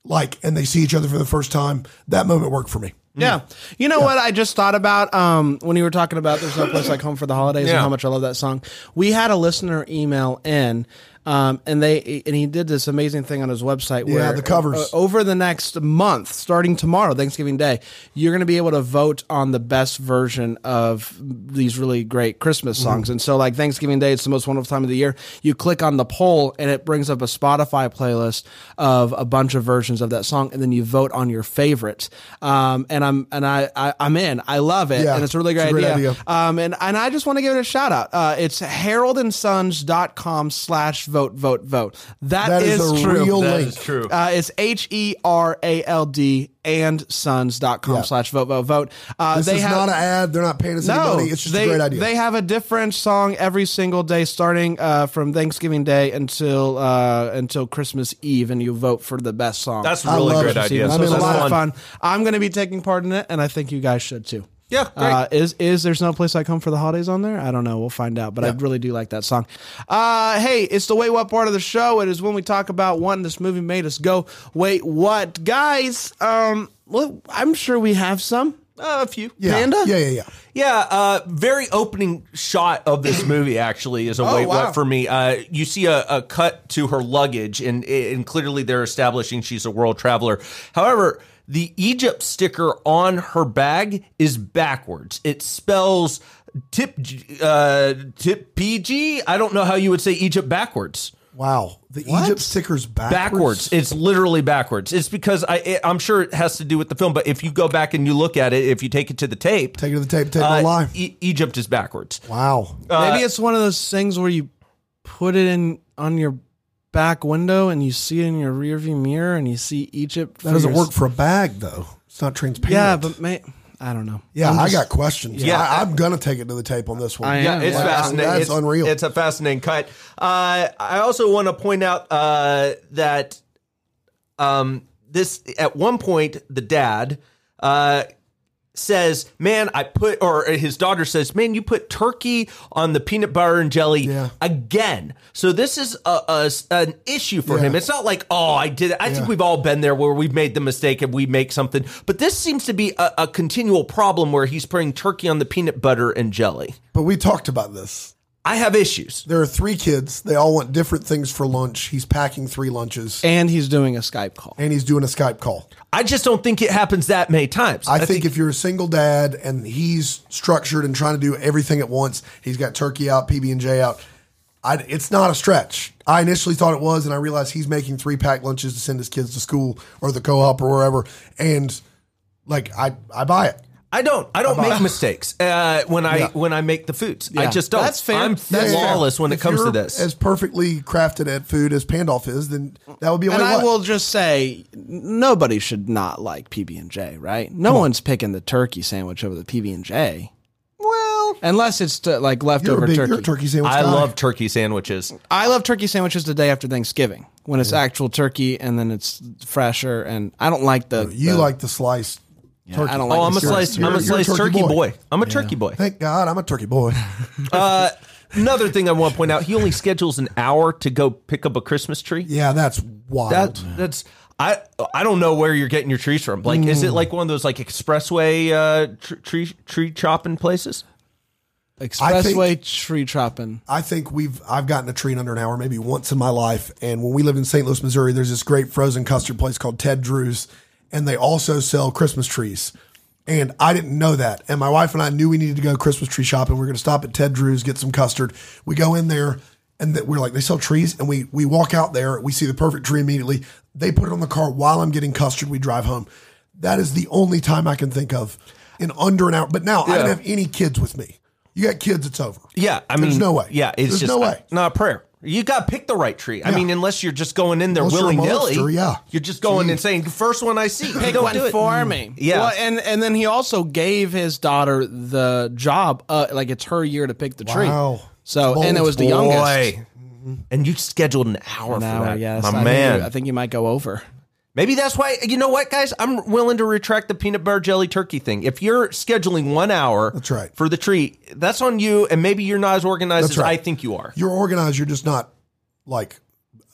[SPEAKER 3] like, and they see each other for the first time, that moment worked for me.
[SPEAKER 1] Yeah.
[SPEAKER 2] Mm-hmm.
[SPEAKER 1] You know what I just thought about um, when you were talking about There's No Place Like Home for the Holidays and
[SPEAKER 2] Yeah.
[SPEAKER 1] how much I love that song? We had a listener email in. Um, and they and he did this amazing thing on his website.
[SPEAKER 3] Yeah,
[SPEAKER 1] where,
[SPEAKER 3] the covers.
[SPEAKER 1] uh, over the next month, starting tomorrow, Thanksgiving Day, you're going to be able to vote on the best version of these really great Christmas
[SPEAKER 3] Mm-hmm.
[SPEAKER 1] songs. And so, like Thanksgiving Day, it's the most wonderful time of the year. You click on the poll, and it brings up a Spotify playlist of a bunch of versions of that song, and then you vote on your favorite. Um, and I'm and I, I I'm in. I love it,
[SPEAKER 3] Yeah,
[SPEAKER 1] and it's a really
[SPEAKER 3] it's
[SPEAKER 1] great,
[SPEAKER 3] a great
[SPEAKER 1] idea.
[SPEAKER 3] idea.
[SPEAKER 1] Um, and, and I just want to give it a shout out. Uh, it's heraldandsons.com slash vote, vote, vote.
[SPEAKER 3] That is a
[SPEAKER 1] true.
[SPEAKER 3] real
[SPEAKER 2] That
[SPEAKER 3] link.
[SPEAKER 2] is true.
[SPEAKER 1] Uh, it's H E R A L D and sons.com
[SPEAKER 3] Yeah.
[SPEAKER 1] slash vote, vote, vote. Uh,
[SPEAKER 3] This
[SPEAKER 1] they
[SPEAKER 3] is
[SPEAKER 1] have,
[SPEAKER 3] not an ad. They're not paying us any money. It's just
[SPEAKER 1] they,
[SPEAKER 3] a great idea.
[SPEAKER 1] They have a different song every single day, starting uh, from Thanksgiving Day until uh, until Christmas Eve, and you vote for the best song.
[SPEAKER 2] That's a
[SPEAKER 3] I
[SPEAKER 2] really
[SPEAKER 3] love
[SPEAKER 2] great
[SPEAKER 3] it.
[SPEAKER 2] idea.
[SPEAKER 1] So
[SPEAKER 3] I mean,
[SPEAKER 1] it's a
[SPEAKER 3] that's
[SPEAKER 1] lot of
[SPEAKER 2] fun.
[SPEAKER 1] fun. I'm going to be taking part in it, and I think you guys should too.
[SPEAKER 2] Yeah, great.
[SPEAKER 1] Uh, is is there's no place like home for the holidays on there? I don't know. We'll find out. But I really do like that song. Uh, hey, it's the wait what part of the show. It is when we talk about one this movie made us go. Wait what, guys? Um, well, I'm sure we have some.
[SPEAKER 2] Uh, a few.
[SPEAKER 3] yeah.
[SPEAKER 1] Panda?
[SPEAKER 3] Yeah, yeah, yeah.
[SPEAKER 2] Yeah, uh, very opening shot of this movie actually is a wait
[SPEAKER 1] wow.
[SPEAKER 2] what for me. Uh, you see a, a cut to her luggage, and and clearly they're establishing she's a world traveler. However, the Egypt sticker on her bag is backwards. It spells tip uh, tip PG. I don't know how you would say Egypt backwards
[SPEAKER 3] Wow. The Egypt stickers backwards.
[SPEAKER 2] backwards. It's literally backwards. It's because I it, I'm sure it has to do with the film, but if you go back and you look at it, if you take it to the tape,
[SPEAKER 3] Take it to the tape. Take it to
[SPEAKER 2] uh,
[SPEAKER 3] the lie.
[SPEAKER 2] E- Egypt is backwards.
[SPEAKER 3] Wow.
[SPEAKER 1] Maybe it's one of those things where you put it in on your back window and you see it in your rearview mirror and you see Egypt.
[SPEAKER 3] That doesn't
[SPEAKER 1] your-
[SPEAKER 3] work for a bag, though. It's not transparent.
[SPEAKER 1] Yeah, but may, I don't know.
[SPEAKER 3] Yeah,
[SPEAKER 1] I'm
[SPEAKER 3] I
[SPEAKER 1] just-
[SPEAKER 3] got questions. Yeah,
[SPEAKER 2] Yeah.
[SPEAKER 3] I, I'm gonna take it to the tape on this one.
[SPEAKER 1] I am.
[SPEAKER 2] Yeah, it's
[SPEAKER 1] Wow.
[SPEAKER 2] fascinating.
[SPEAKER 3] That's
[SPEAKER 2] it's,
[SPEAKER 3] unreal.
[SPEAKER 2] It's a fascinating cut. Uh, I also want to point out uh, that um, this at one point the dad uh, says, "Man, I put," or his daughter says, "Man, you put turkey on the peanut butter and jelly
[SPEAKER 3] Yeah.
[SPEAKER 2] again." So this is a, a- an issue for
[SPEAKER 3] Yeah.
[SPEAKER 2] him. It's not like, "Oh, I did." it. I think we've all been there where we've made the mistake and we make something, but this seems to be a, a continual problem where he's putting turkey on the peanut butter and jelly.
[SPEAKER 3] but we talked about this.
[SPEAKER 2] I have issues.
[SPEAKER 3] There are three kids. They all want different things for lunch. He's packing three lunches,
[SPEAKER 1] And he's doing a Skype call.
[SPEAKER 3] and he's doing a Skype call.
[SPEAKER 2] I just don't think it happens that many times.
[SPEAKER 3] I, think, if you're a single dad and he's structured and trying to do everything at once, he's got turkey out, PB and J out. I, it's not a stretch. I initially thought it was, and I realized he's making three pack lunches to send his kids to school or the co-op or wherever. And like, I I buy it.
[SPEAKER 2] I don't. I don't
[SPEAKER 3] Uh-huh.
[SPEAKER 2] make mistakes uh, when I when I make the foods. I just don't.
[SPEAKER 1] That's fair.
[SPEAKER 2] I'm
[SPEAKER 1] That's fair.
[SPEAKER 2] flawless when it
[SPEAKER 3] If
[SPEAKER 2] comes to
[SPEAKER 3] you're
[SPEAKER 2] this.
[SPEAKER 3] As perfectly crafted at food as Pandolf is, then that would be a
[SPEAKER 1] And
[SPEAKER 3] way
[SPEAKER 1] I
[SPEAKER 3] what?
[SPEAKER 1] will just say, n- nobody should not like PB and J, right? No one's picking the turkey sandwich over the PB and J,
[SPEAKER 2] well,
[SPEAKER 1] unless it's to, like
[SPEAKER 3] You're
[SPEAKER 1] leftover
[SPEAKER 3] a big
[SPEAKER 1] turkey.
[SPEAKER 3] You're a turkey sandwich.
[SPEAKER 2] I
[SPEAKER 3] guy.
[SPEAKER 2] love turkey sandwiches.
[SPEAKER 1] I love turkey sandwiches the day after Thanksgiving when it's actual turkey and then it's fresher. And I don't like the.
[SPEAKER 3] You
[SPEAKER 1] the-
[SPEAKER 3] like the sliced turkey.
[SPEAKER 1] I don't like
[SPEAKER 2] Oh, I'm
[SPEAKER 1] the
[SPEAKER 2] a
[SPEAKER 1] syrup.
[SPEAKER 2] sliced. I'm
[SPEAKER 3] You're-
[SPEAKER 2] a
[SPEAKER 3] you're a
[SPEAKER 2] sliced turkey,
[SPEAKER 3] turkey
[SPEAKER 2] boy.
[SPEAKER 3] boy.
[SPEAKER 2] I'm a turkey boy.
[SPEAKER 3] Thank God, I'm a turkey boy.
[SPEAKER 2] Uh, another thing I want to point out: he only schedules an hour to go pick up a Christmas tree.
[SPEAKER 3] yeah, that's wild.
[SPEAKER 2] That that's. I, I don't know where you're getting your trees from. Like, is it
[SPEAKER 3] Mm.
[SPEAKER 2] like one of those like expressway uh, tr- tree tree chopping places?
[SPEAKER 1] Expressway tree chopping.
[SPEAKER 3] I think we've I've gotten a tree in under an hour maybe once in my life. And when we lived in St. Louis, Missouri, there's this great frozen custard place called Ted Drew's, and they also sell Christmas trees. And I didn't know that. And my wife and I knew we needed to go Christmas tree shopping. We were going to stop at Ted Drew's, get some custard. We go in there and that we're like, they sell trees. And we, we walk out there. We see the perfect tree immediately. They put it on the car while I'm getting custard. We drive home. That is the only time I can think of in under an hour. But now I don't have any kids with me. You got kids, it's over.
[SPEAKER 2] Yeah, I mean,
[SPEAKER 3] There's no way.
[SPEAKER 2] Yeah, it's
[SPEAKER 3] There's
[SPEAKER 2] just
[SPEAKER 3] no way.
[SPEAKER 2] not a prayer. You got to pick the right tree. I
[SPEAKER 3] Yeah.
[SPEAKER 2] mean, unless you're just going in there
[SPEAKER 3] Unless you're a
[SPEAKER 2] willy nilly,
[SPEAKER 3] monster, yeah.
[SPEAKER 2] you're just going and saying first one I see.
[SPEAKER 1] Pick
[SPEAKER 2] don't
[SPEAKER 1] one
[SPEAKER 2] do it. Mm,
[SPEAKER 1] for me.
[SPEAKER 2] Yeah.
[SPEAKER 1] Well, and and then he also gave his daughter the job. Uh, like it's her year to pick the
[SPEAKER 3] Wow.
[SPEAKER 1] tree. So
[SPEAKER 3] Bold
[SPEAKER 1] and it was the youngest.
[SPEAKER 2] Boy. And you scheduled an hour
[SPEAKER 1] An
[SPEAKER 2] for
[SPEAKER 1] hour,
[SPEAKER 2] that,
[SPEAKER 1] yes. I
[SPEAKER 2] my
[SPEAKER 1] think
[SPEAKER 2] man.
[SPEAKER 1] you- I think you might go over.
[SPEAKER 2] Maybe that's why. You know what, guys? I'm willing to retract the peanut butter jelly turkey thing. If you're scheduling one hour, that's
[SPEAKER 3] right.
[SPEAKER 2] for the tree. That's on you, and maybe you're not as organized
[SPEAKER 3] That's
[SPEAKER 2] as
[SPEAKER 3] right.
[SPEAKER 2] I think you are.
[SPEAKER 3] You're organized. You're just not like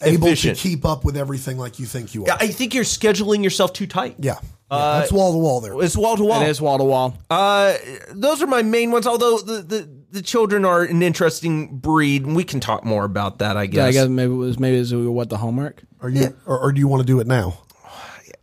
[SPEAKER 3] able
[SPEAKER 2] Efficient.
[SPEAKER 3] to keep up with everything like you think you are.
[SPEAKER 2] I Uh, think you're scheduling yourself too tight.
[SPEAKER 3] Yeah. Yeah, that's wall to wall there.
[SPEAKER 2] It's wall to
[SPEAKER 1] It
[SPEAKER 2] wall.
[SPEAKER 1] is wall to wall.
[SPEAKER 2] Uh, those are my main ones. Although the, the the children are an interesting breed, and we can talk more about that. I
[SPEAKER 1] Yeah, I
[SPEAKER 2] guess.
[SPEAKER 1] guess maybe it was maybe it was what the homework.
[SPEAKER 3] Are you or, or do you want to do it now?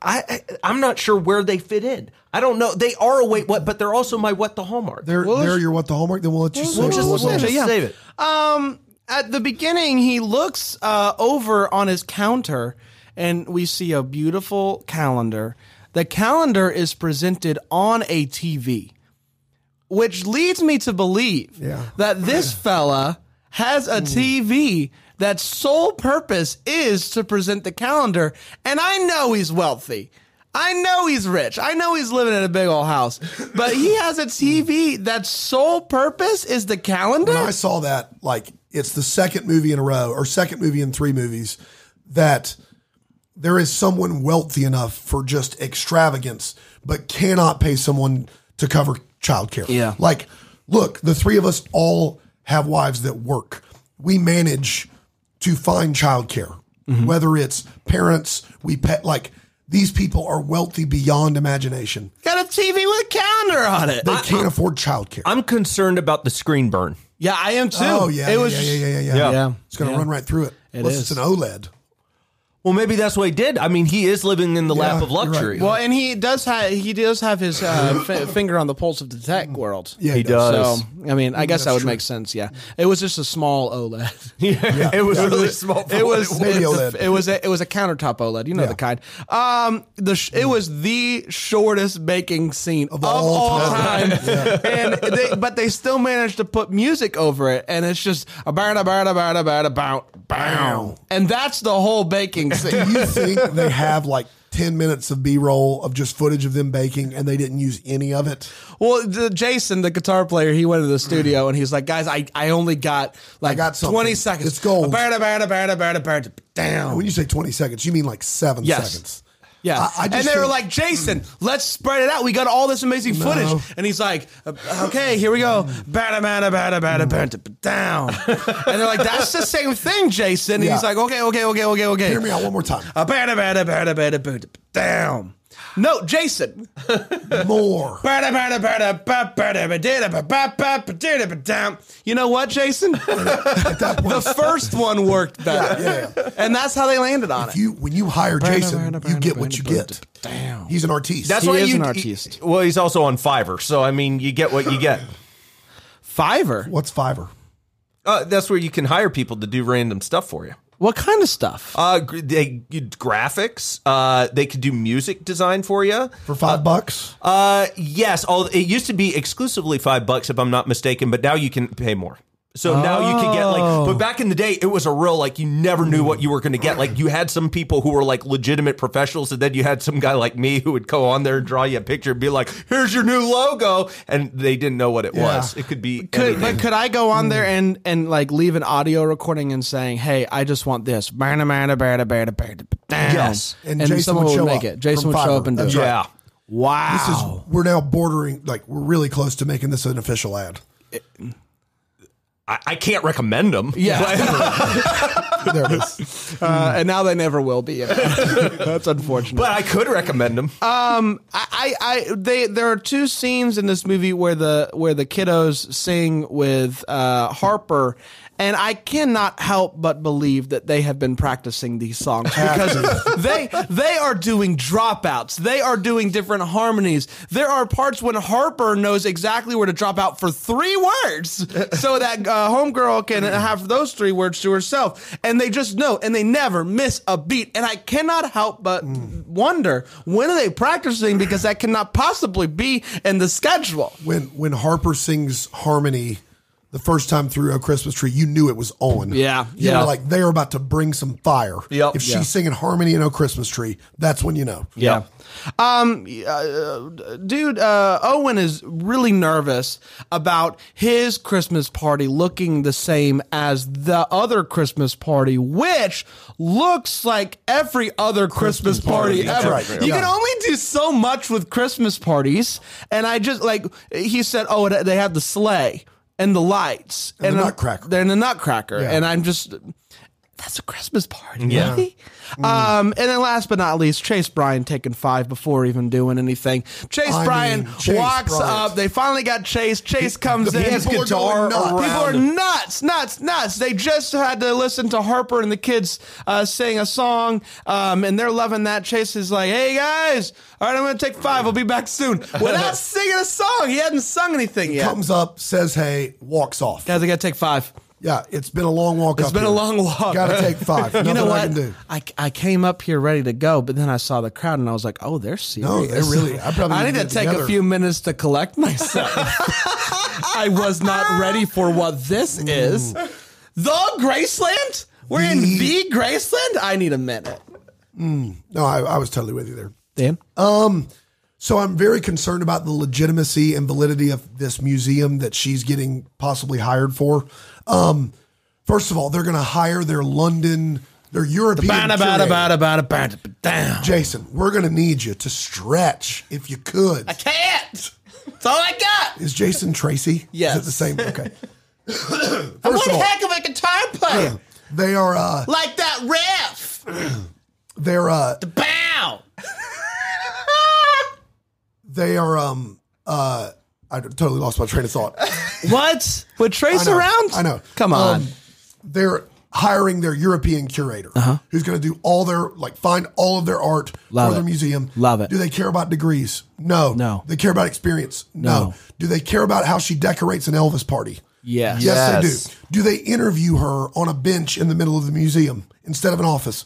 [SPEAKER 2] I, I I'm not sure where they fit in. I don't know. They are a wait what, but they're also my what the hallmark.
[SPEAKER 3] They're they're your what the homework, then we'll let you say
[SPEAKER 2] we'll
[SPEAKER 3] what
[SPEAKER 2] just,
[SPEAKER 3] the
[SPEAKER 2] we'll
[SPEAKER 3] homework
[SPEAKER 2] just
[SPEAKER 3] is.
[SPEAKER 2] save it.
[SPEAKER 1] Um, at the beginning, he looks uh, over on his counter, and we see a beautiful calendar. The calendar is presented on a TV, which leads me to believe that this fella has
[SPEAKER 3] Hmm.
[SPEAKER 1] a TV that's sole purpose is to present the calendar. And I know he's wealthy. I know he's rich. I know he's living in a big old house, but he has a TV that's sole purpose is the calendar.
[SPEAKER 3] When I saw that, like it's the second movie in a row or second movie in three movies that there is someone wealthy enough for just extravagance, but cannot pay someone to cover childcare.
[SPEAKER 1] Yeah.
[SPEAKER 3] Like, look, the three of us all have wives that work. We manage to find childcare, whether it's parents, we pet, like, these people are wealthy beyond imagination.
[SPEAKER 1] Got a TV with a calendar on it.
[SPEAKER 3] They can't afford childcare.
[SPEAKER 2] I'm concerned about the screen burn.
[SPEAKER 1] yeah, I am too.
[SPEAKER 3] oh, yeah.
[SPEAKER 1] It
[SPEAKER 3] yeah,
[SPEAKER 1] was
[SPEAKER 3] yeah, yeah, yeah, yeah,
[SPEAKER 2] Yeah.
[SPEAKER 1] Yeah.
[SPEAKER 3] It's going to run right through it. Unless
[SPEAKER 1] is.
[SPEAKER 3] it's an E OLED.
[SPEAKER 2] Well, maybe that's what he did. I mean, he is living in the lap of
[SPEAKER 3] you're right.
[SPEAKER 2] luxary.
[SPEAKER 1] Well, and he does have he does have his uh, f- finger on the pulse of the tech world.
[SPEAKER 3] Yeah,
[SPEAKER 2] He
[SPEAKER 3] it does.
[SPEAKER 2] does.
[SPEAKER 1] So I mean, I guess that would make sense. Yeah, it was just a small OLED.
[SPEAKER 2] yeah, it was
[SPEAKER 3] yeah.
[SPEAKER 2] really small. for
[SPEAKER 1] It
[SPEAKER 2] what
[SPEAKER 1] was
[SPEAKER 3] Maybe
[SPEAKER 1] it's
[SPEAKER 3] OLED.
[SPEAKER 1] a, it was a, it was a countertop OLED. You know the kind. Um, the sh- it was the shortest baking scene of, all,
[SPEAKER 3] all
[SPEAKER 1] time, and they, but they still managed to put music over it, and it's just a bada bada bada bada bow bow, and that's the whole baking
[SPEAKER 3] Do
[SPEAKER 1] scene.
[SPEAKER 3] you think they have like 10 minutes of B roll of just footage of them baking and they didn't use any of it?
[SPEAKER 1] Well, the, Jason, the guitar player, he went to the studio and he's like, "Guys, I, I only got like
[SPEAKER 3] got something.
[SPEAKER 1] 20 seconds.
[SPEAKER 3] It's gold."
[SPEAKER 1] Barda, barda, barda, barda, barda, down.
[SPEAKER 3] When you say 20 seconds, you mean like seven
[SPEAKER 1] Yes.
[SPEAKER 3] seconds.
[SPEAKER 1] Yeah,
[SPEAKER 3] I- I
[SPEAKER 1] and they
[SPEAKER 3] just
[SPEAKER 1] were
[SPEAKER 3] think-
[SPEAKER 1] like, "Jason, let's spread it out. We got all this amazing
[SPEAKER 3] No.
[SPEAKER 1] footage." And he's like, uh, "Okay, here we go. Barda, barda, barda, barda, barda, down." And they're like, "That's the same thing, Jason." And
[SPEAKER 3] Yeah.
[SPEAKER 1] he's like, "Okay, okay, okay, okay, okay."
[SPEAKER 3] Hear me out one more time.
[SPEAKER 1] Uh, barda, barda, barda, barda, barda, down. No, Jason.
[SPEAKER 3] More.
[SPEAKER 1] You know what, Jason? the first one worked better.
[SPEAKER 3] Yeah, yeah.
[SPEAKER 1] And that's how they landed on it.
[SPEAKER 3] You, when you hire Jason,
[SPEAKER 1] burner,
[SPEAKER 3] you get
[SPEAKER 1] burner,
[SPEAKER 3] what you
[SPEAKER 1] burner,
[SPEAKER 3] get.
[SPEAKER 1] Damn.
[SPEAKER 3] He's an artiste.
[SPEAKER 2] That's
[SPEAKER 1] He
[SPEAKER 2] why
[SPEAKER 1] is
[SPEAKER 2] you,
[SPEAKER 1] an artiste.
[SPEAKER 2] well, he's also on Fiverr, so I mean, you get what you get.
[SPEAKER 1] Fiverr.
[SPEAKER 3] What's Fiverr?
[SPEAKER 2] Uh, that's where you can hire people to do random stuff for you.
[SPEAKER 1] What kind of stuff?
[SPEAKER 2] Uh, gr- they graphics. Uh, they could do music design for you.
[SPEAKER 3] For five bucks?
[SPEAKER 2] Uh, yes. All it used to be exclusively five bucks, if I'm not mistaken, but now you can pay more. So now you can get
[SPEAKER 3] Oh.
[SPEAKER 2] like, but back in the day, it was a real like you never knew what you were going to get. Like you had some people who were like legitimate professionals, and then you had some guy like me who would go on there and draw you a picture and be like, "Here's your new logo," and they didn't know what it was. It could be
[SPEAKER 1] could,
[SPEAKER 2] anything.
[SPEAKER 1] but could I go on there
[SPEAKER 3] Mm-hmm.
[SPEAKER 1] and, and like leave an audio recording and saying, "Hey, I just want this." Yes,
[SPEAKER 3] And Jason
[SPEAKER 1] someone
[SPEAKER 3] would
[SPEAKER 1] would
[SPEAKER 3] show
[SPEAKER 1] make
[SPEAKER 3] up
[SPEAKER 1] it. Jason
[SPEAKER 3] from
[SPEAKER 1] would show
[SPEAKER 3] Fiverr.
[SPEAKER 1] up and do
[SPEAKER 3] That's
[SPEAKER 1] it.
[SPEAKER 3] right.
[SPEAKER 2] yeah.
[SPEAKER 3] This is, uh,
[SPEAKER 1] Wow.
[SPEAKER 3] we're now bordering, like, we're really close to making this an official ad.
[SPEAKER 2] I, I can't recommend them.
[SPEAKER 1] yeah,
[SPEAKER 3] There it is.
[SPEAKER 1] uh, and now they never will be. That's unfortunate.
[SPEAKER 2] But I could recommend them.
[SPEAKER 3] Uh,
[SPEAKER 1] I, I, I, they, there are two scenes in this movie where the where the kiddos sing with uh, Harper, And I cannot help but believe that they have been practicing these songs because they they are doing dropouts. They are doing different harmonies. There are parts when Harper knows exactly where to drop out for three words, so that uh, Homegirl can have those three words to herself. And they just know, and they never miss a beat. And I cannot help but wonder when are they practicing because that cannot possibly be in the schedule.
[SPEAKER 3] when when Harper sings harmony the first time through a Christmas tree, you knew it was on.
[SPEAKER 1] Yeah,
[SPEAKER 3] you
[SPEAKER 1] yeah.
[SPEAKER 3] were like they are about to bring some fire.
[SPEAKER 2] Yep.
[SPEAKER 3] if she's
[SPEAKER 2] Yeah.
[SPEAKER 3] singing harmony in a Christmas tree, that's when you know.
[SPEAKER 2] Yeah.
[SPEAKER 1] dude uh, owen is really nervous about his christmas party looking the same as the other christmas party which looks like every other christmas, party,
[SPEAKER 3] party, that's
[SPEAKER 1] ever
[SPEAKER 3] right.
[SPEAKER 1] you
[SPEAKER 3] Yeah.
[SPEAKER 1] can only do so much with christmas parties and i just like he said oh and they have the sleigh and the lights and,
[SPEAKER 3] the
[SPEAKER 1] I'm-
[SPEAKER 3] nutcracker.
[SPEAKER 1] they're in the nutcracker
[SPEAKER 3] Yeah.
[SPEAKER 1] and i'm just that's a Christmas party.
[SPEAKER 2] Yeah.
[SPEAKER 1] really?
[SPEAKER 3] Mm.
[SPEAKER 1] Um, and then last but not least, Chase Bryant taking five before even doing anything. Chase
[SPEAKER 3] I
[SPEAKER 1] Bryan
[SPEAKER 3] mean, Chase
[SPEAKER 1] walks
[SPEAKER 3] Bryant.
[SPEAKER 1] up. They finally got Chase. Chase comes
[SPEAKER 3] the
[SPEAKER 1] in.
[SPEAKER 3] people are going nuts.
[SPEAKER 1] People are
[SPEAKER 3] around
[SPEAKER 1] nuts, nuts, nuts. They just had to listen to Harper and the kids uh, sing a song, um, and they're loving that. Chase is like, "Hey guys, all right, I'm gonna take five. I'll be back soon." Without singing a song, he hadn't sung anything yet.
[SPEAKER 3] Comes up, says hey, walks off.
[SPEAKER 1] guys, I gotta take five.
[SPEAKER 3] Yeah, it's been a long walk.
[SPEAKER 1] It's
[SPEAKER 3] up
[SPEAKER 1] been a
[SPEAKER 3] here.
[SPEAKER 1] long walk.
[SPEAKER 3] Gotta take five.
[SPEAKER 1] you know
[SPEAKER 3] Nothing
[SPEAKER 1] what?
[SPEAKER 3] I can do.
[SPEAKER 1] I, I came up here ready to go, but then I saw the crowd and I was like, oh, they're serious.
[SPEAKER 3] No, they're really- I probably
[SPEAKER 1] I
[SPEAKER 3] need
[SPEAKER 1] need to
[SPEAKER 3] to get
[SPEAKER 1] take a
[SPEAKER 3] together.
[SPEAKER 1] few minutes to collect myself. I was not ready for what this is. The Graceland? We're in the Graceland? I need a minute.
[SPEAKER 3] No, I, I was totally with you there.
[SPEAKER 1] Dan?
[SPEAKER 3] So I'm very concerned about the legitimacy and validity of this museum that she's getting possibly hired for. Um, first of all, they're going to hire their London, their European. curator.
[SPEAKER 1] Down.
[SPEAKER 3] Jason, we're going to need you to stretch if you could.
[SPEAKER 1] Can't! That's all I got!
[SPEAKER 3] Is Jason Tracy?
[SPEAKER 1] Yes.
[SPEAKER 3] Is it the same? Okay.
[SPEAKER 1] What
[SPEAKER 3] first of all,
[SPEAKER 1] heck of a guitar player!
[SPEAKER 3] they are uh,
[SPEAKER 1] like that riff!
[SPEAKER 3] they're uh,
[SPEAKER 1] Bow!
[SPEAKER 3] they are um uh I totally lost my train of thought.
[SPEAKER 1] What? With Trace
[SPEAKER 3] I know,
[SPEAKER 1] around?
[SPEAKER 3] I know.
[SPEAKER 1] Come on.
[SPEAKER 3] Um, they're hiring their European curator who's going to do all their, like, find all of their art
[SPEAKER 1] Uh-huh. Love
[SPEAKER 3] for their
[SPEAKER 1] it.
[SPEAKER 3] museum.
[SPEAKER 1] Love it.
[SPEAKER 3] Do they care about degrees? No.
[SPEAKER 1] No.
[SPEAKER 3] They care about experience? No.
[SPEAKER 1] No.
[SPEAKER 3] Do they care about how she decorates an Elvis party?
[SPEAKER 1] yes.
[SPEAKER 3] Yes,
[SPEAKER 2] Yes.
[SPEAKER 3] they do. Do they interview her on a bench in the middle of the museum instead of an office?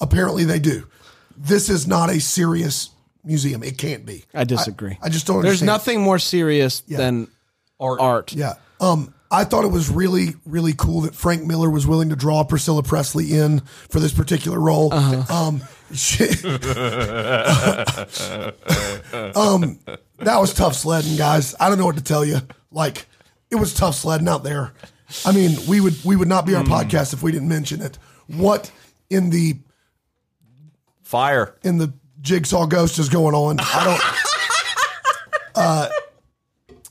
[SPEAKER 3] Apparently, they do. This is not a serious museum. It can't be.
[SPEAKER 1] I disagree.
[SPEAKER 3] I just don't
[SPEAKER 1] There's
[SPEAKER 3] understand.
[SPEAKER 1] nothing more serious than art. art.
[SPEAKER 3] Yeah. Um, I thought it was really, really cool that Frank Miller was willing to draw Priscilla Presley in for this particular role. Um, she- um, that was tough sledding, guys. I don't know what to tell you. Like, it was tough sledding out there. I mean, we would we would not be our podcast if we didn't mention it. What in the
[SPEAKER 2] Fire.
[SPEAKER 3] in the jigsaw ghost is going on. I don't. uh,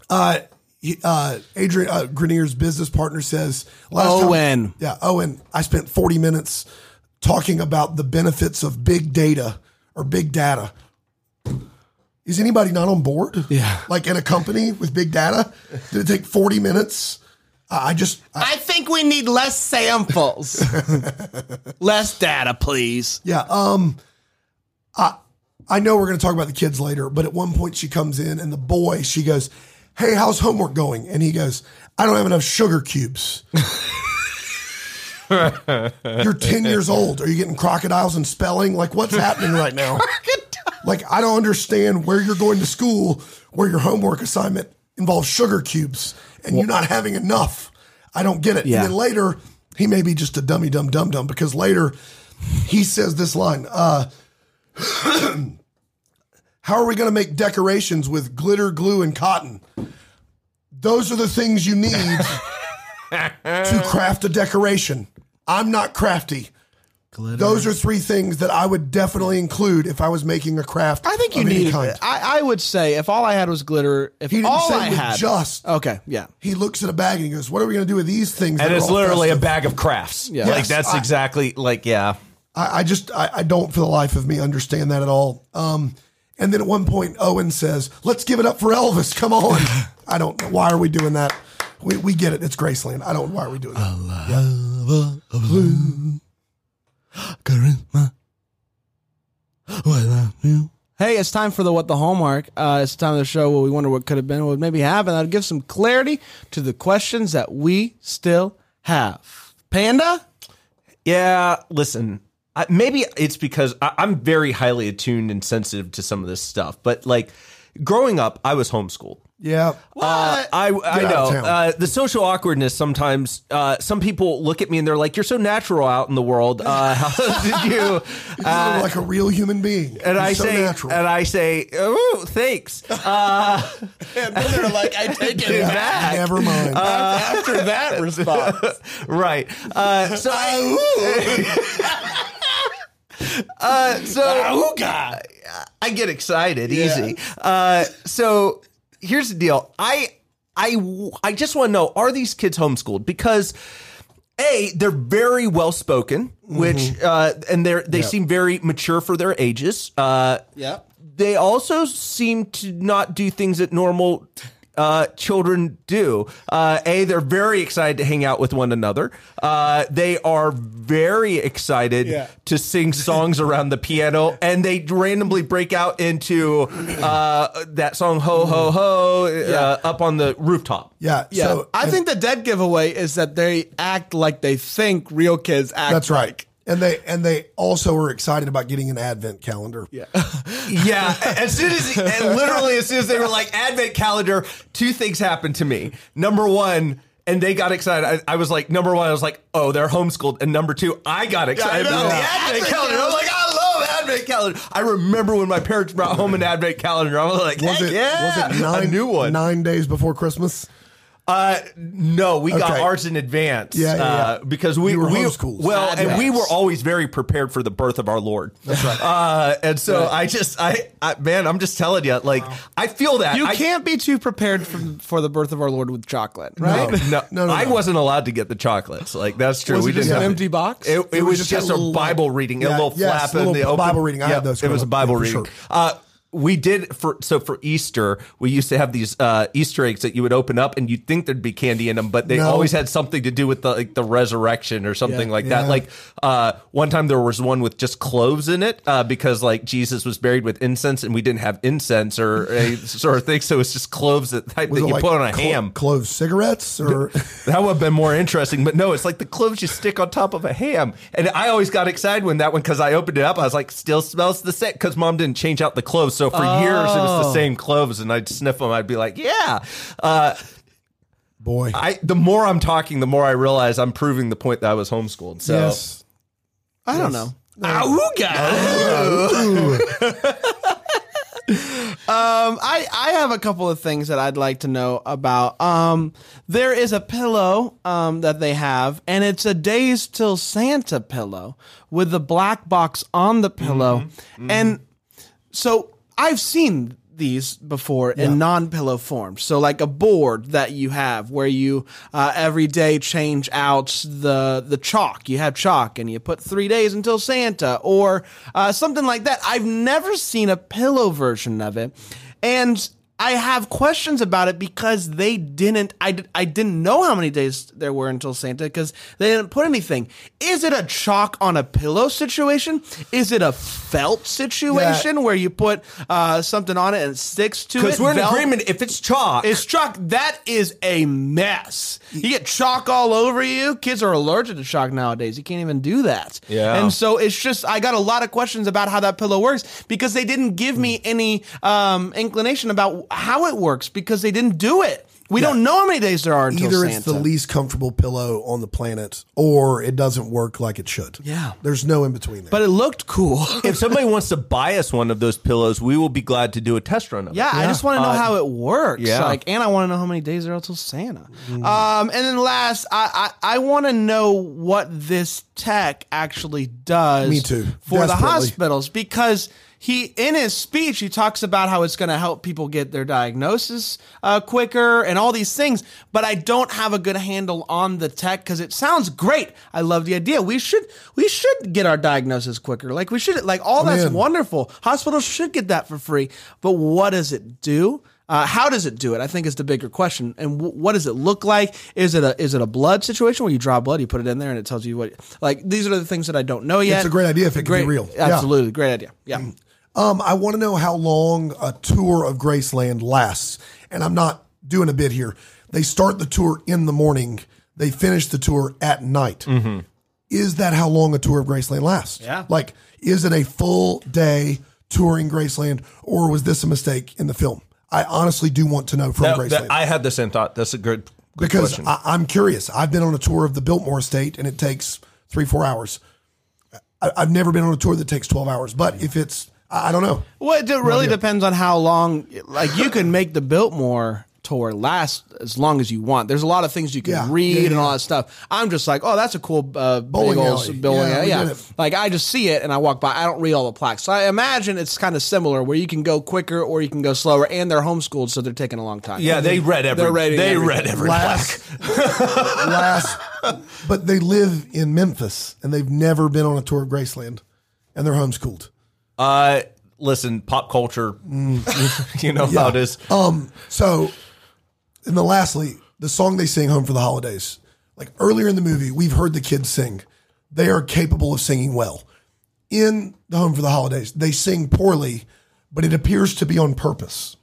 [SPEAKER 3] uh, he- uh, Adrian uh, Grenier's business partner says, last time-
[SPEAKER 1] Owen.
[SPEAKER 3] yeah, Owen. I spent 40 minutes talking about the benefits of big data or big data. Is anybody not on board?
[SPEAKER 1] Yeah.
[SPEAKER 3] Like in a company with big data? Did it take 40 minutes? I I just,
[SPEAKER 1] I think we need less samples. less data, please.
[SPEAKER 3] Yeah. Um, I I know we're going to talk about the kids later, but at one point she comes in and the boy she goes, "Hey, how's homework going?" And he goes, "I don't have enough sugar cubes." You're ten years old. Are you getting crocodiles and spelling? Like, what's happening right now? Like, I don't understand where you're going to school where your homework assignment involves sugar cubes and you're not having enough. I don't get it.
[SPEAKER 1] Yeah.
[SPEAKER 3] And then later, he may be just a dummy, dumb, dumb, dumb because later he says this line uh, How are we going to make decorations with glitter, glue, and cotton? Those are the things you need to craft a decoration. I'm not crafty. Those are three things that I would definitely include if I was making a craft.
[SPEAKER 1] I think you
[SPEAKER 3] of any
[SPEAKER 1] need.
[SPEAKER 3] kind.
[SPEAKER 1] I, I would say if all I had was glitter, if
[SPEAKER 3] He didn't
[SPEAKER 1] all
[SPEAKER 3] say
[SPEAKER 1] I
[SPEAKER 3] with
[SPEAKER 1] had
[SPEAKER 3] just.
[SPEAKER 1] okay, yeah,
[SPEAKER 3] He looks at a bag and he goes, "What are we going to do with these things?"
[SPEAKER 2] And
[SPEAKER 3] that are
[SPEAKER 2] it's
[SPEAKER 3] all
[SPEAKER 2] literally a
[SPEAKER 3] festive?"
[SPEAKER 2] bag of crafts. Yeah. Like
[SPEAKER 3] Yes,
[SPEAKER 2] that's
[SPEAKER 3] I-
[SPEAKER 2] exactly like yeah.
[SPEAKER 3] I, I just I, I don't for the life of me understand that at all. Um, and then at one point, Owen says, "Let's give it up for Elvis." Come on, I don't. Why are we doing that? We, we get it. It's Graceland. I don't. Why are we doing
[SPEAKER 1] Oh.
[SPEAKER 3] that?
[SPEAKER 1] Hey, it's time for the What the Hallmark. Uh, it's time to show what we wonder what could have been, what would maybe happened. That'll give some clarity to the questions that we still have. Panda?
[SPEAKER 2] Yeah, listen. I, maybe it's because I, I'm very highly attuned and sensitive to some of this stuff. But like growing up, I was homeschooled.
[SPEAKER 3] Yeah.
[SPEAKER 2] Uh, I, I
[SPEAKER 3] Get out
[SPEAKER 2] know
[SPEAKER 3] of town.
[SPEAKER 2] uh, the social awkwardness. Sometimes uh, some people look at me and they're like, "You're so natural out in the world. Uh, how did you?"
[SPEAKER 3] You look like a real human being.
[SPEAKER 2] And
[SPEAKER 3] You're
[SPEAKER 2] I
[SPEAKER 3] so
[SPEAKER 2] say,
[SPEAKER 3] natural.
[SPEAKER 2] and I say, "Oh, thanks." Uh,
[SPEAKER 4] And then they're like, I take it
[SPEAKER 2] Yeah.
[SPEAKER 4] back.
[SPEAKER 2] back. Uh,
[SPEAKER 3] Never mind.
[SPEAKER 4] After that response,
[SPEAKER 2] right. Uh, so, uh, so
[SPEAKER 4] Auga.
[SPEAKER 2] I get excited easy. Uh, so here's the deal. I I w- I just want to know: Are these kids homeschooled? Because a they're very well spoken, which uh, and they're they seem very mature for their ages. Uh,
[SPEAKER 1] Yep.
[SPEAKER 2] they also seem to not do things that normal uh, children do. Uh, a, they're very excited to hang out with one another. Uh, they are very excited
[SPEAKER 1] Yeah.
[SPEAKER 2] to sing songs around the piano, and they randomly break out into uh, that song "Ho Ho Ho" uh, up on the rooftop.
[SPEAKER 3] yeah.
[SPEAKER 1] Yeah.
[SPEAKER 3] So
[SPEAKER 1] I think the dead giveaway is that they act like they think real kids act.
[SPEAKER 3] that's right.
[SPEAKER 1] like.
[SPEAKER 3] And they and they also are excited about getting an advent calendar. Yeah.
[SPEAKER 2] Yeah, as soon as and literally as soon as they were like advent calendar, two things happened to me. Number one, and they got excited. I, I was like, number one, I was like, oh, they're homeschooled, and number two, I got excited about the advent calendar. I was like, I love advent calendar. I remember when my parents brought home an advent calendar. I was like,
[SPEAKER 3] Was
[SPEAKER 2] heck
[SPEAKER 3] it,
[SPEAKER 2] yeah,
[SPEAKER 3] was it nine,
[SPEAKER 2] a new one.
[SPEAKER 3] nine days before Christmas?
[SPEAKER 2] Uh, no, we got
[SPEAKER 3] Okay.
[SPEAKER 2] ours in advance.
[SPEAKER 3] Yeah, yeah,
[SPEAKER 2] uh,
[SPEAKER 3] yeah.
[SPEAKER 2] because we
[SPEAKER 3] You were
[SPEAKER 2] we,
[SPEAKER 3] homeschooled.
[SPEAKER 2] Well, and we
[SPEAKER 1] Advance.
[SPEAKER 2] were always very prepared for the birth of our Lord. That's right. Uh, and so I just, I, I, man, I'm just telling you, like, I feel that
[SPEAKER 1] You
[SPEAKER 2] I,
[SPEAKER 1] can't be too prepared for, for the birth of our Lord with chocolate, right?
[SPEAKER 2] No, no,
[SPEAKER 3] No, no,
[SPEAKER 2] I
[SPEAKER 3] no.
[SPEAKER 2] wasn't allowed to get the chocolates. Like that's true.
[SPEAKER 1] Was
[SPEAKER 2] we
[SPEAKER 1] it just
[SPEAKER 2] didn't
[SPEAKER 1] an
[SPEAKER 2] have-
[SPEAKER 1] empty box?
[SPEAKER 2] It, it was, just,
[SPEAKER 3] that
[SPEAKER 2] a
[SPEAKER 3] little,
[SPEAKER 2] Bible
[SPEAKER 3] like-
[SPEAKER 2] reading, a
[SPEAKER 3] Yeah,
[SPEAKER 2] little
[SPEAKER 3] yes,
[SPEAKER 2] flap in
[SPEAKER 3] little
[SPEAKER 2] the open.
[SPEAKER 3] Bible reading. I had
[SPEAKER 2] Yeah,
[SPEAKER 3] those
[SPEAKER 2] It was a
[SPEAKER 3] growing up.
[SPEAKER 2] Bible
[SPEAKER 3] Yeah, for
[SPEAKER 2] reading.
[SPEAKER 3] sure.
[SPEAKER 2] Uh, we did for so for Easter. We used to have these uh, Easter eggs that you would open up and you'd think there'd be candy in them, but they
[SPEAKER 3] No.
[SPEAKER 2] always had something to do with the like the resurrection or something like that.
[SPEAKER 3] yeah.
[SPEAKER 2] Like uh, one time there was one with just cloves in it uh, because like Jesus was buried with incense and we didn't have incense or a sort of thing, so it's just cloves that, type that
[SPEAKER 3] Was
[SPEAKER 2] you
[SPEAKER 3] it like
[SPEAKER 2] put on a
[SPEAKER 3] clo-
[SPEAKER 2] ham.
[SPEAKER 3] Clove cigarettes or
[SPEAKER 2] That would have been more interesting, but no, it's like the cloves you stick on top of a ham. And I always got excited when that one because I opened it up. I was like, still smells the same because mom didn't change out the cloves. So for years, it was the same cloves, and I'd sniff them. I'd be like, yeah. Uh,
[SPEAKER 3] boy.
[SPEAKER 2] I the more I'm talking, the more I realize I'm proving the point that I was homeschooled. So
[SPEAKER 3] yes.
[SPEAKER 1] I don't know. Um, I, I have a couple of things that I'd like to know about. Um, there is a pillow um, that they have, and it's a Days Till Santa pillow with the black box on the pillow. And so I've seen these before in non-pillow form. So like a board that you have where you uh, every day change out the the chalk. You have chalk and you put three days until Santa or uh, something like that. I've never seen a pillow version of it, and I have questions about it because they didn't. I, d- I didn't know how many days there were until Santa because they didn't put anything. Is it a chalk on a pillow situation? Is it a felt situation where you put uh, something on it and it sticks to it?
[SPEAKER 2] because we're in
[SPEAKER 1] Vel-
[SPEAKER 2] agreement, if it's chalk,
[SPEAKER 1] It's chalk. That is a mess. You get chalk all over you. Kids are allergic to chalk nowadays. You can't even do that.
[SPEAKER 2] Yeah.
[SPEAKER 1] And so it's just I got a lot of questions about how that pillow works because they didn't give
[SPEAKER 2] Hmm.
[SPEAKER 1] me any um, inclination about how it works because they didn't do it. We don't know how many days there are until
[SPEAKER 3] Either
[SPEAKER 1] Santa.
[SPEAKER 3] it's the least comfortable pillow on the planet or it doesn't work like it should.
[SPEAKER 1] Yeah.
[SPEAKER 3] There's no in between there.
[SPEAKER 1] but it looked cool.
[SPEAKER 2] if somebody wants to buy us one of those pillows, we will be glad to do a test run of it. Uh,
[SPEAKER 1] Yeah, I just want to know how it works.
[SPEAKER 2] yeah. Mm.
[SPEAKER 1] Like, and I want to know how many days there are till Santa. Um, and then last, I I, I want to know what this tech actually does.
[SPEAKER 3] Me too.
[SPEAKER 1] For the
[SPEAKER 3] Desperately.
[SPEAKER 1] hospitals, because he in his speech he talks about how it's going to help people get their diagnosis uh, quicker and all these things. But I don't have a good handle on the tech because it sounds great. I love the idea. We should we should get our diagnosis quicker. Like we should like all that's
[SPEAKER 3] in.
[SPEAKER 1] wonderful. Hospitals should get that for free. But what does it do? Uh, how does it do it? I think is the bigger question. And w- what does it look like? Is it a is it a blood situation where you draw blood, you put it in there, and it tells you what? Like these are the things that I don't know yet.
[SPEAKER 3] It's a great idea if it could be
[SPEAKER 1] Great,
[SPEAKER 3] real. Yeah.
[SPEAKER 1] Absolutely, great idea. Yeah.
[SPEAKER 3] Um, I want to know how long a tour of Graceland lasts. And I'm not doing a bit here. They start the tour in the morning, they finish the tour at night.
[SPEAKER 2] Mm-hmm.
[SPEAKER 3] Is that how long a tour of Graceland lasts?
[SPEAKER 1] Yeah.
[SPEAKER 3] Like, is it a full day touring Graceland, or was this a mistake in the film? I honestly do want to know from
[SPEAKER 2] That-
[SPEAKER 3] Graceland.
[SPEAKER 2] that- I had the same thought. That's a good, good
[SPEAKER 3] because
[SPEAKER 2] question.
[SPEAKER 3] I, I'm curious. I've been on a tour of the Biltmore Estate, and it takes three, four hours. I, I've never been on a tour that takes 12 hours. But if it's, I, I don't know.
[SPEAKER 1] Well, it d- really depends on how long. Like you can make the Biltmore tour last as long as you want. There's a lot of things you can
[SPEAKER 3] Yeah,
[SPEAKER 1] read
[SPEAKER 3] yeah,
[SPEAKER 1] and all
[SPEAKER 3] yeah.
[SPEAKER 1] that stuff. I'm just like, oh, that's a cool uh,
[SPEAKER 3] Bowling
[SPEAKER 1] bowling alley.
[SPEAKER 3] alley.
[SPEAKER 1] Bowling
[SPEAKER 3] Yeah,
[SPEAKER 1] alley.
[SPEAKER 3] we
[SPEAKER 1] yeah.
[SPEAKER 3] did it.
[SPEAKER 1] Like I just see it and I walk by. I don't read all the plaques. So I imagine it's kind of similar where you can go quicker or you can go slower. And they're homeschooled, so they're taking a long time.
[SPEAKER 2] yeah, they read every.
[SPEAKER 1] They're ready.
[SPEAKER 2] They read every.
[SPEAKER 3] last, last, but they live in Memphis and they've never been on a tour of Graceland, and they're homeschooled.
[SPEAKER 2] Uh, listen, pop culture. you know how it is.
[SPEAKER 3] Um, so, and then lastly, the song they sing "Home for the Holidays." Like earlier in the movie, we've heard the kids sing; they are capable of singing well. In the "Home for the Holidays," they sing poorly, but it appears to be on purpose,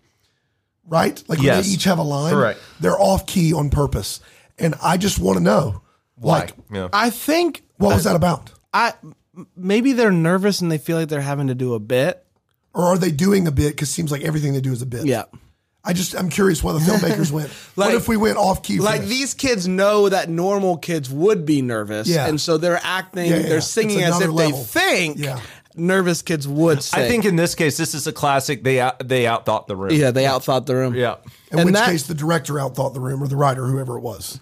[SPEAKER 3] right? Like when
[SPEAKER 2] Yes.
[SPEAKER 3] they each have a line,
[SPEAKER 2] Correct.
[SPEAKER 3] they're off key on purpose, and I just want to know, like,
[SPEAKER 2] Yeah.
[SPEAKER 1] I think
[SPEAKER 3] what was that about?
[SPEAKER 1] I m- maybe they're nervous and they feel like they're having to do a bit.
[SPEAKER 3] or are they doing a bit? Because seems like everything they do is a bit.
[SPEAKER 1] Yeah.
[SPEAKER 3] I just I'm curious why the filmmakers went. what
[SPEAKER 1] Like-
[SPEAKER 3] if we went off key? for
[SPEAKER 1] like
[SPEAKER 3] this?
[SPEAKER 1] these kids know that normal kids would be nervous
[SPEAKER 3] Yeah.
[SPEAKER 1] and so they're acting
[SPEAKER 3] Yeah, yeah, yeah.
[SPEAKER 1] they're singing
[SPEAKER 3] It's
[SPEAKER 1] as if
[SPEAKER 3] another level.
[SPEAKER 1] they think
[SPEAKER 3] Yeah.
[SPEAKER 1] nervous kids would sing
[SPEAKER 2] I think in this case, this is a classic. They out, they outthought the room.
[SPEAKER 1] yeah they outthought the room
[SPEAKER 2] Yeah.
[SPEAKER 3] in
[SPEAKER 1] and
[SPEAKER 3] which
[SPEAKER 1] that-
[SPEAKER 3] case the director outthought the room or the writer, whoever it was.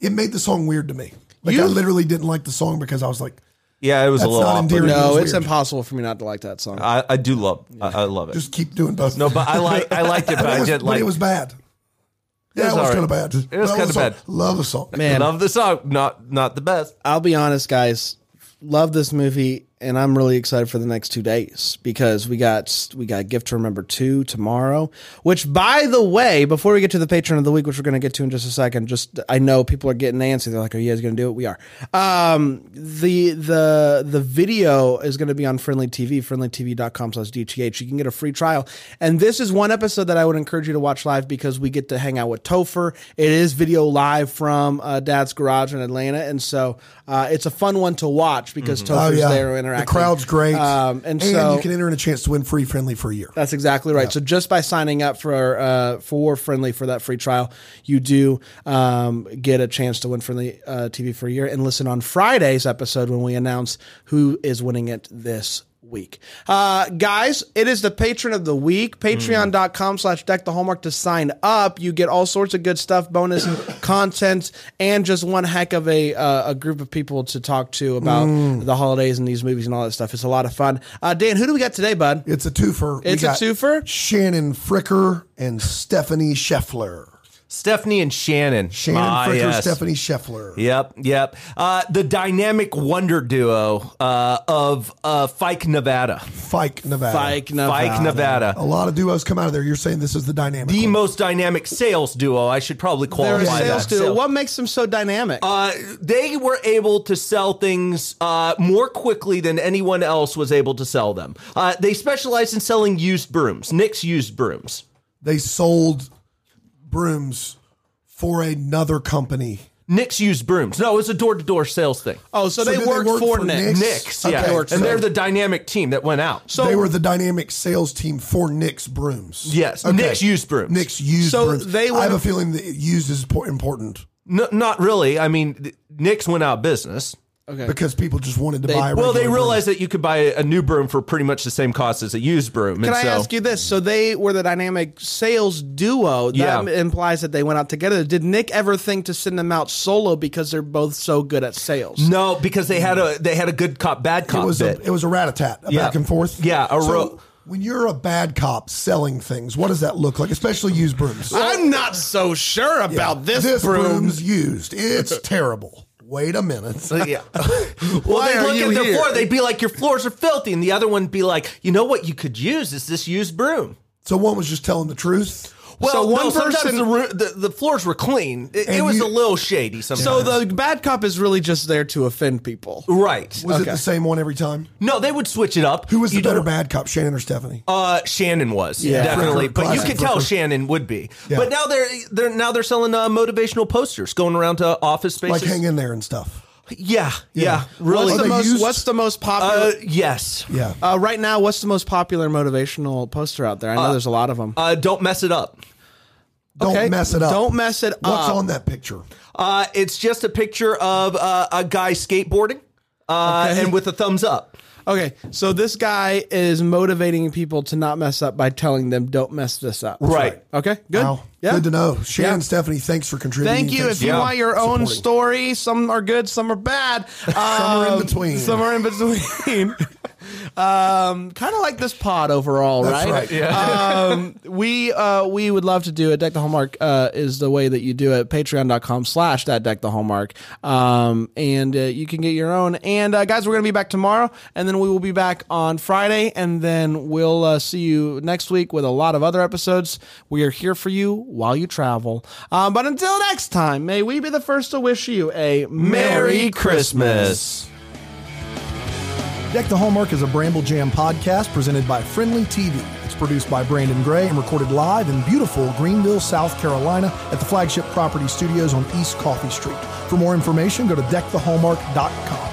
[SPEAKER 3] It made the song weird to me. Like I
[SPEAKER 1] You-
[SPEAKER 3] literally didn't like the song because I was like,
[SPEAKER 2] Yeah, it was
[SPEAKER 3] That's
[SPEAKER 2] a little
[SPEAKER 3] not
[SPEAKER 2] awkward.
[SPEAKER 3] endearing.
[SPEAKER 1] no
[SPEAKER 3] It was
[SPEAKER 1] it's
[SPEAKER 3] weird.
[SPEAKER 1] impossible for me not to like that song
[SPEAKER 2] I, I do love. I, I love it.
[SPEAKER 3] just keep doing both.
[SPEAKER 2] no, but I like I liked it, but
[SPEAKER 3] it
[SPEAKER 2] I
[SPEAKER 3] was,
[SPEAKER 2] didn't
[SPEAKER 3] but
[SPEAKER 2] like.
[SPEAKER 3] it was bad. Yeah, it was,
[SPEAKER 2] was all right.
[SPEAKER 3] kind of bad.
[SPEAKER 2] It was
[SPEAKER 3] But I
[SPEAKER 2] kinda
[SPEAKER 3] love the song. Love the song.
[SPEAKER 2] bad.
[SPEAKER 1] man
[SPEAKER 2] love the song, not not the best. Uh,
[SPEAKER 1] i'll be honest guys love this movie and i'm really excited for the next two days because we got we got gift to remember two tomorrow which by the way before we get to the patron of the week which we're going to get to in just a second just i know people are getting antsy they're like are you guys going to do it we are um the the the video is going to be on friendly tv friendlytv.com slash dth you can get a free trial and this is one episode that i would encourage you to watch live because we get to hang out with topher it is video live from uh, dad's garage in atlanta and so uh, it's a fun one to watch because
[SPEAKER 3] Oh
[SPEAKER 1] topher's
[SPEAKER 3] yeah,
[SPEAKER 1] there interacting
[SPEAKER 3] the crowd's great.
[SPEAKER 1] um, and, so
[SPEAKER 3] you can enter in a chance to win free friendly for a year.
[SPEAKER 1] that's exactly right. So just by signing up for uh, for Friendly for that free trial, you do um, get a chance to win Friendly uh, TV for a year and listen on Friday's episode when we announce who is winning it this week. Uh, guys, it is the patron of the week, patreon.com slash deck the hallmark to sign up. You get all sorts of good stuff, bonus content, and just one heck of a, uh, a group of people to talk to about the holidays and these movies and all that stuff. It's a lot of fun. Uh, Dan, who do we got today, bud?
[SPEAKER 3] It's a twofer. We
[SPEAKER 1] It's a
[SPEAKER 3] got
[SPEAKER 1] twofer?
[SPEAKER 3] Shannon Fricker and Stephanie Scheffler.
[SPEAKER 2] Stephanie and Shannon.
[SPEAKER 3] Shannon
[SPEAKER 2] Ah,
[SPEAKER 3] Fricker,
[SPEAKER 2] yes.
[SPEAKER 3] Stephanie Scheffler.
[SPEAKER 2] Yep, yep. Uh, the dynamic wonder duo uh, of uh, Fike, Nevada.
[SPEAKER 3] Fike, Nevada. Oh.
[SPEAKER 1] Fike Nevada.
[SPEAKER 2] Fike, Nevada.
[SPEAKER 3] A lot of duos come out of there. You're saying this is the dynamic.
[SPEAKER 2] The
[SPEAKER 3] one.
[SPEAKER 2] most dynamic sales duo. I should probably
[SPEAKER 1] They're
[SPEAKER 2] qualify
[SPEAKER 1] a sales
[SPEAKER 2] that.
[SPEAKER 1] duo.
[SPEAKER 2] Sales.
[SPEAKER 1] What makes them so dynamic?
[SPEAKER 2] Uh, they were able to sell things uh, more quickly than anyone else was able to sell them. Uh, they specialize in selling used brooms, Nick's used brooms.
[SPEAKER 3] they sold brooms for another company.
[SPEAKER 2] Nick's used brooms. No, it was a door to door sales thing.
[SPEAKER 1] oh, so,
[SPEAKER 3] so
[SPEAKER 1] they
[SPEAKER 3] do they
[SPEAKER 1] worked
[SPEAKER 3] work
[SPEAKER 1] for,
[SPEAKER 3] for
[SPEAKER 1] Nick.
[SPEAKER 3] Nick?
[SPEAKER 2] Nick's, yeah.
[SPEAKER 3] Okay.
[SPEAKER 2] And they're the dynamic team that went out.
[SPEAKER 1] So
[SPEAKER 3] they were the dynamic sales team for Nick's brooms.
[SPEAKER 2] Yes, Nick's used brooms.
[SPEAKER 3] Nick's used
[SPEAKER 1] So
[SPEAKER 3] brooms.
[SPEAKER 1] they
[SPEAKER 3] I have
[SPEAKER 1] were-
[SPEAKER 3] a feeling that used is po- important
[SPEAKER 2] No, not really. I mean, th- Nick's went out of business.
[SPEAKER 3] because people just wanted to buy. A
[SPEAKER 2] Well, they
[SPEAKER 3] regular
[SPEAKER 2] realized that you could buy a new broom for pretty much the same cost as a used broom.
[SPEAKER 1] Can
[SPEAKER 2] and
[SPEAKER 1] I
[SPEAKER 2] so,
[SPEAKER 1] ask you this? So they were the dynamic sales duo. That
[SPEAKER 2] Yeah.
[SPEAKER 1] implies that they went out together. Did Nick ever think to send them out solo because they're both so good at sales?
[SPEAKER 2] No, because they had a they had a good cop bad
[SPEAKER 3] It
[SPEAKER 2] cop
[SPEAKER 3] was
[SPEAKER 2] bit.
[SPEAKER 3] a, it was a rat a tat, a
[SPEAKER 2] Yeah.
[SPEAKER 3] back and forth.
[SPEAKER 2] Yeah, a
[SPEAKER 3] so
[SPEAKER 2] ro-
[SPEAKER 3] when you're a bad cop selling things, what does that look like? Especially used brooms.
[SPEAKER 1] I'm not so sure about this,
[SPEAKER 3] this
[SPEAKER 1] broom.
[SPEAKER 3] broom's used. It's terrible. Wait a minute.
[SPEAKER 2] yeah. well,
[SPEAKER 1] Why
[SPEAKER 2] they
[SPEAKER 1] are
[SPEAKER 2] look
[SPEAKER 1] you
[SPEAKER 2] at their
[SPEAKER 1] here?
[SPEAKER 2] floor. They'd be like, "Your floors are filthy," and the other one would be like, "You know what? You could use is this used broom."
[SPEAKER 3] So one was just telling the truth.
[SPEAKER 2] Well,
[SPEAKER 1] so one
[SPEAKER 2] no, sometimes
[SPEAKER 1] person
[SPEAKER 2] the, roo- the the floors were clean. It, it
[SPEAKER 3] And
[SPEAKER 2] was
[SPEAKER 3] you-
[SPEAKER 2] a little shady sometimes.
[SPEAKER 1] So the bad cop is really just there to offend people.
[SPEAKER 2] right.
[SPEAKER 3] Was it
[SPEAKER 1] Okay.
[SPEAKER 3] the same one every time?
[SPEAKER 2] No, they would switch it up.
[SPEAKER 3] Who was
[SPEAKER 2] You
[SPEAKER 3] the better
[SPEAKER 2] don't-
[SPEAKER 3] bad cop, Shannon or Stephanie?
[SPEAKER 1] Oh,
[SPEAKER 2] Uh, Shannon was
[SPEAKER 1] Yeah.
[SPEAKER 2] definitely,
[SPEAKER 3] Fricker,
[SPEAKER 2] but you
[SPEAKER 3] classic
[SPEAKER 2] could tell
[SPEAKER 3] Fricker.
[SPEAKER 2] Shannon would be.
[SPEAKER 3] Yeah.
[SPEAKER 2] But now they're they're now they're selling uh, motivational posters, going around to office spaces.
[SPEAKER 3] like hang in there and stuff.
[SPEAKER 2] yeah, yeah,
[SPEAKER 1] What's
[SPEAKER 2] really.
[SPEAKER 3] Are
[SPEAKER 1] the
[SPEAKER 3] they
[SPEAKER 1] most?
[SPEAKER 3] used?
[SPEAKER 1] What's the most
[SPEAKER 2] Uh,
[SPEAKER 1] popular?
[SPEAKER 2] yes.
[SPEAKER 3] Yeah.
[SPEAKER 1] Uh, right now, what's the most popular motivational poster out there? I know there's a lot of them.
[SPEAKER 2] Uh, don't mess it up.
[SPEAKER 3] Don't
[SPEAKER 1] okay.
[SPEAKER 3] mess it up.
[SPEAKER 1] Don't mess it
[SPEAKER 3] What's
[SPEAKER 1] up.
[SPEAKER 3] on that picture?
[SPEAKER 2] Uh, it's just a picture of uh, a guy skateboarding uh,
[SPEAKER 1] Okay.
[SPEAKER 2] and with a thumbs up.
[SPEAKER 1] Okay, so this guy is motivating people to not mess up by telling them, "Don't mess this up."
[SPEAKER 2] Right.
[SPEAKER 1] Okay. Good.
[SPEAKER 3] Wow.
[SPEAKER 1] Yeah.
[SPEAKER 3] Good to know. Shannon,
[SPEAKER 1] Yeah.
[SPEAKER 3] Stephanie, thanks for contributing.
[SPEAKER 1] Thank you.
[SPEAKER 3] Thanks
[SPEAKER 1] If you
[SPEAKER 2] Yeah.
[SPEAKER 1] want your own
[SPEAKER 3] Supporting.
[SPEAKER 1] story, some are good, some are bad. Some
[SPEAKER 3] are in between.
[SPEAKER 1] Some are in between. um, kind of like this pod overall,
[SPEAKER 3] That's
[SPEAKER 1] right?
[SPEAKER 3] right.
[SPEAKER 1] Yeah. um, we uh, we would love to do it. Deck the Hallmark uh, is the way that you do it. Patreon.com slash that deck the Hallmark. Um, and uh, you can get your own. And uh, guys, we're going to be back tomorrow. And then we will be back on Friday. And then we'll uh, see you next week with a lot of other episodes. We are here for you while you travel. Um, but until next time, may we be the first to wish you a Merry Christmas.
[SPEAKER 3] Deck the Hallmark is a Bramble Jam podcast presented by Friendly TV. It's produced by Brandon Gray and recorded live in beautiful Greenville, South Carolina at the flagship property studios on East Coffee Street. For more information, go to deckthehallmark.com.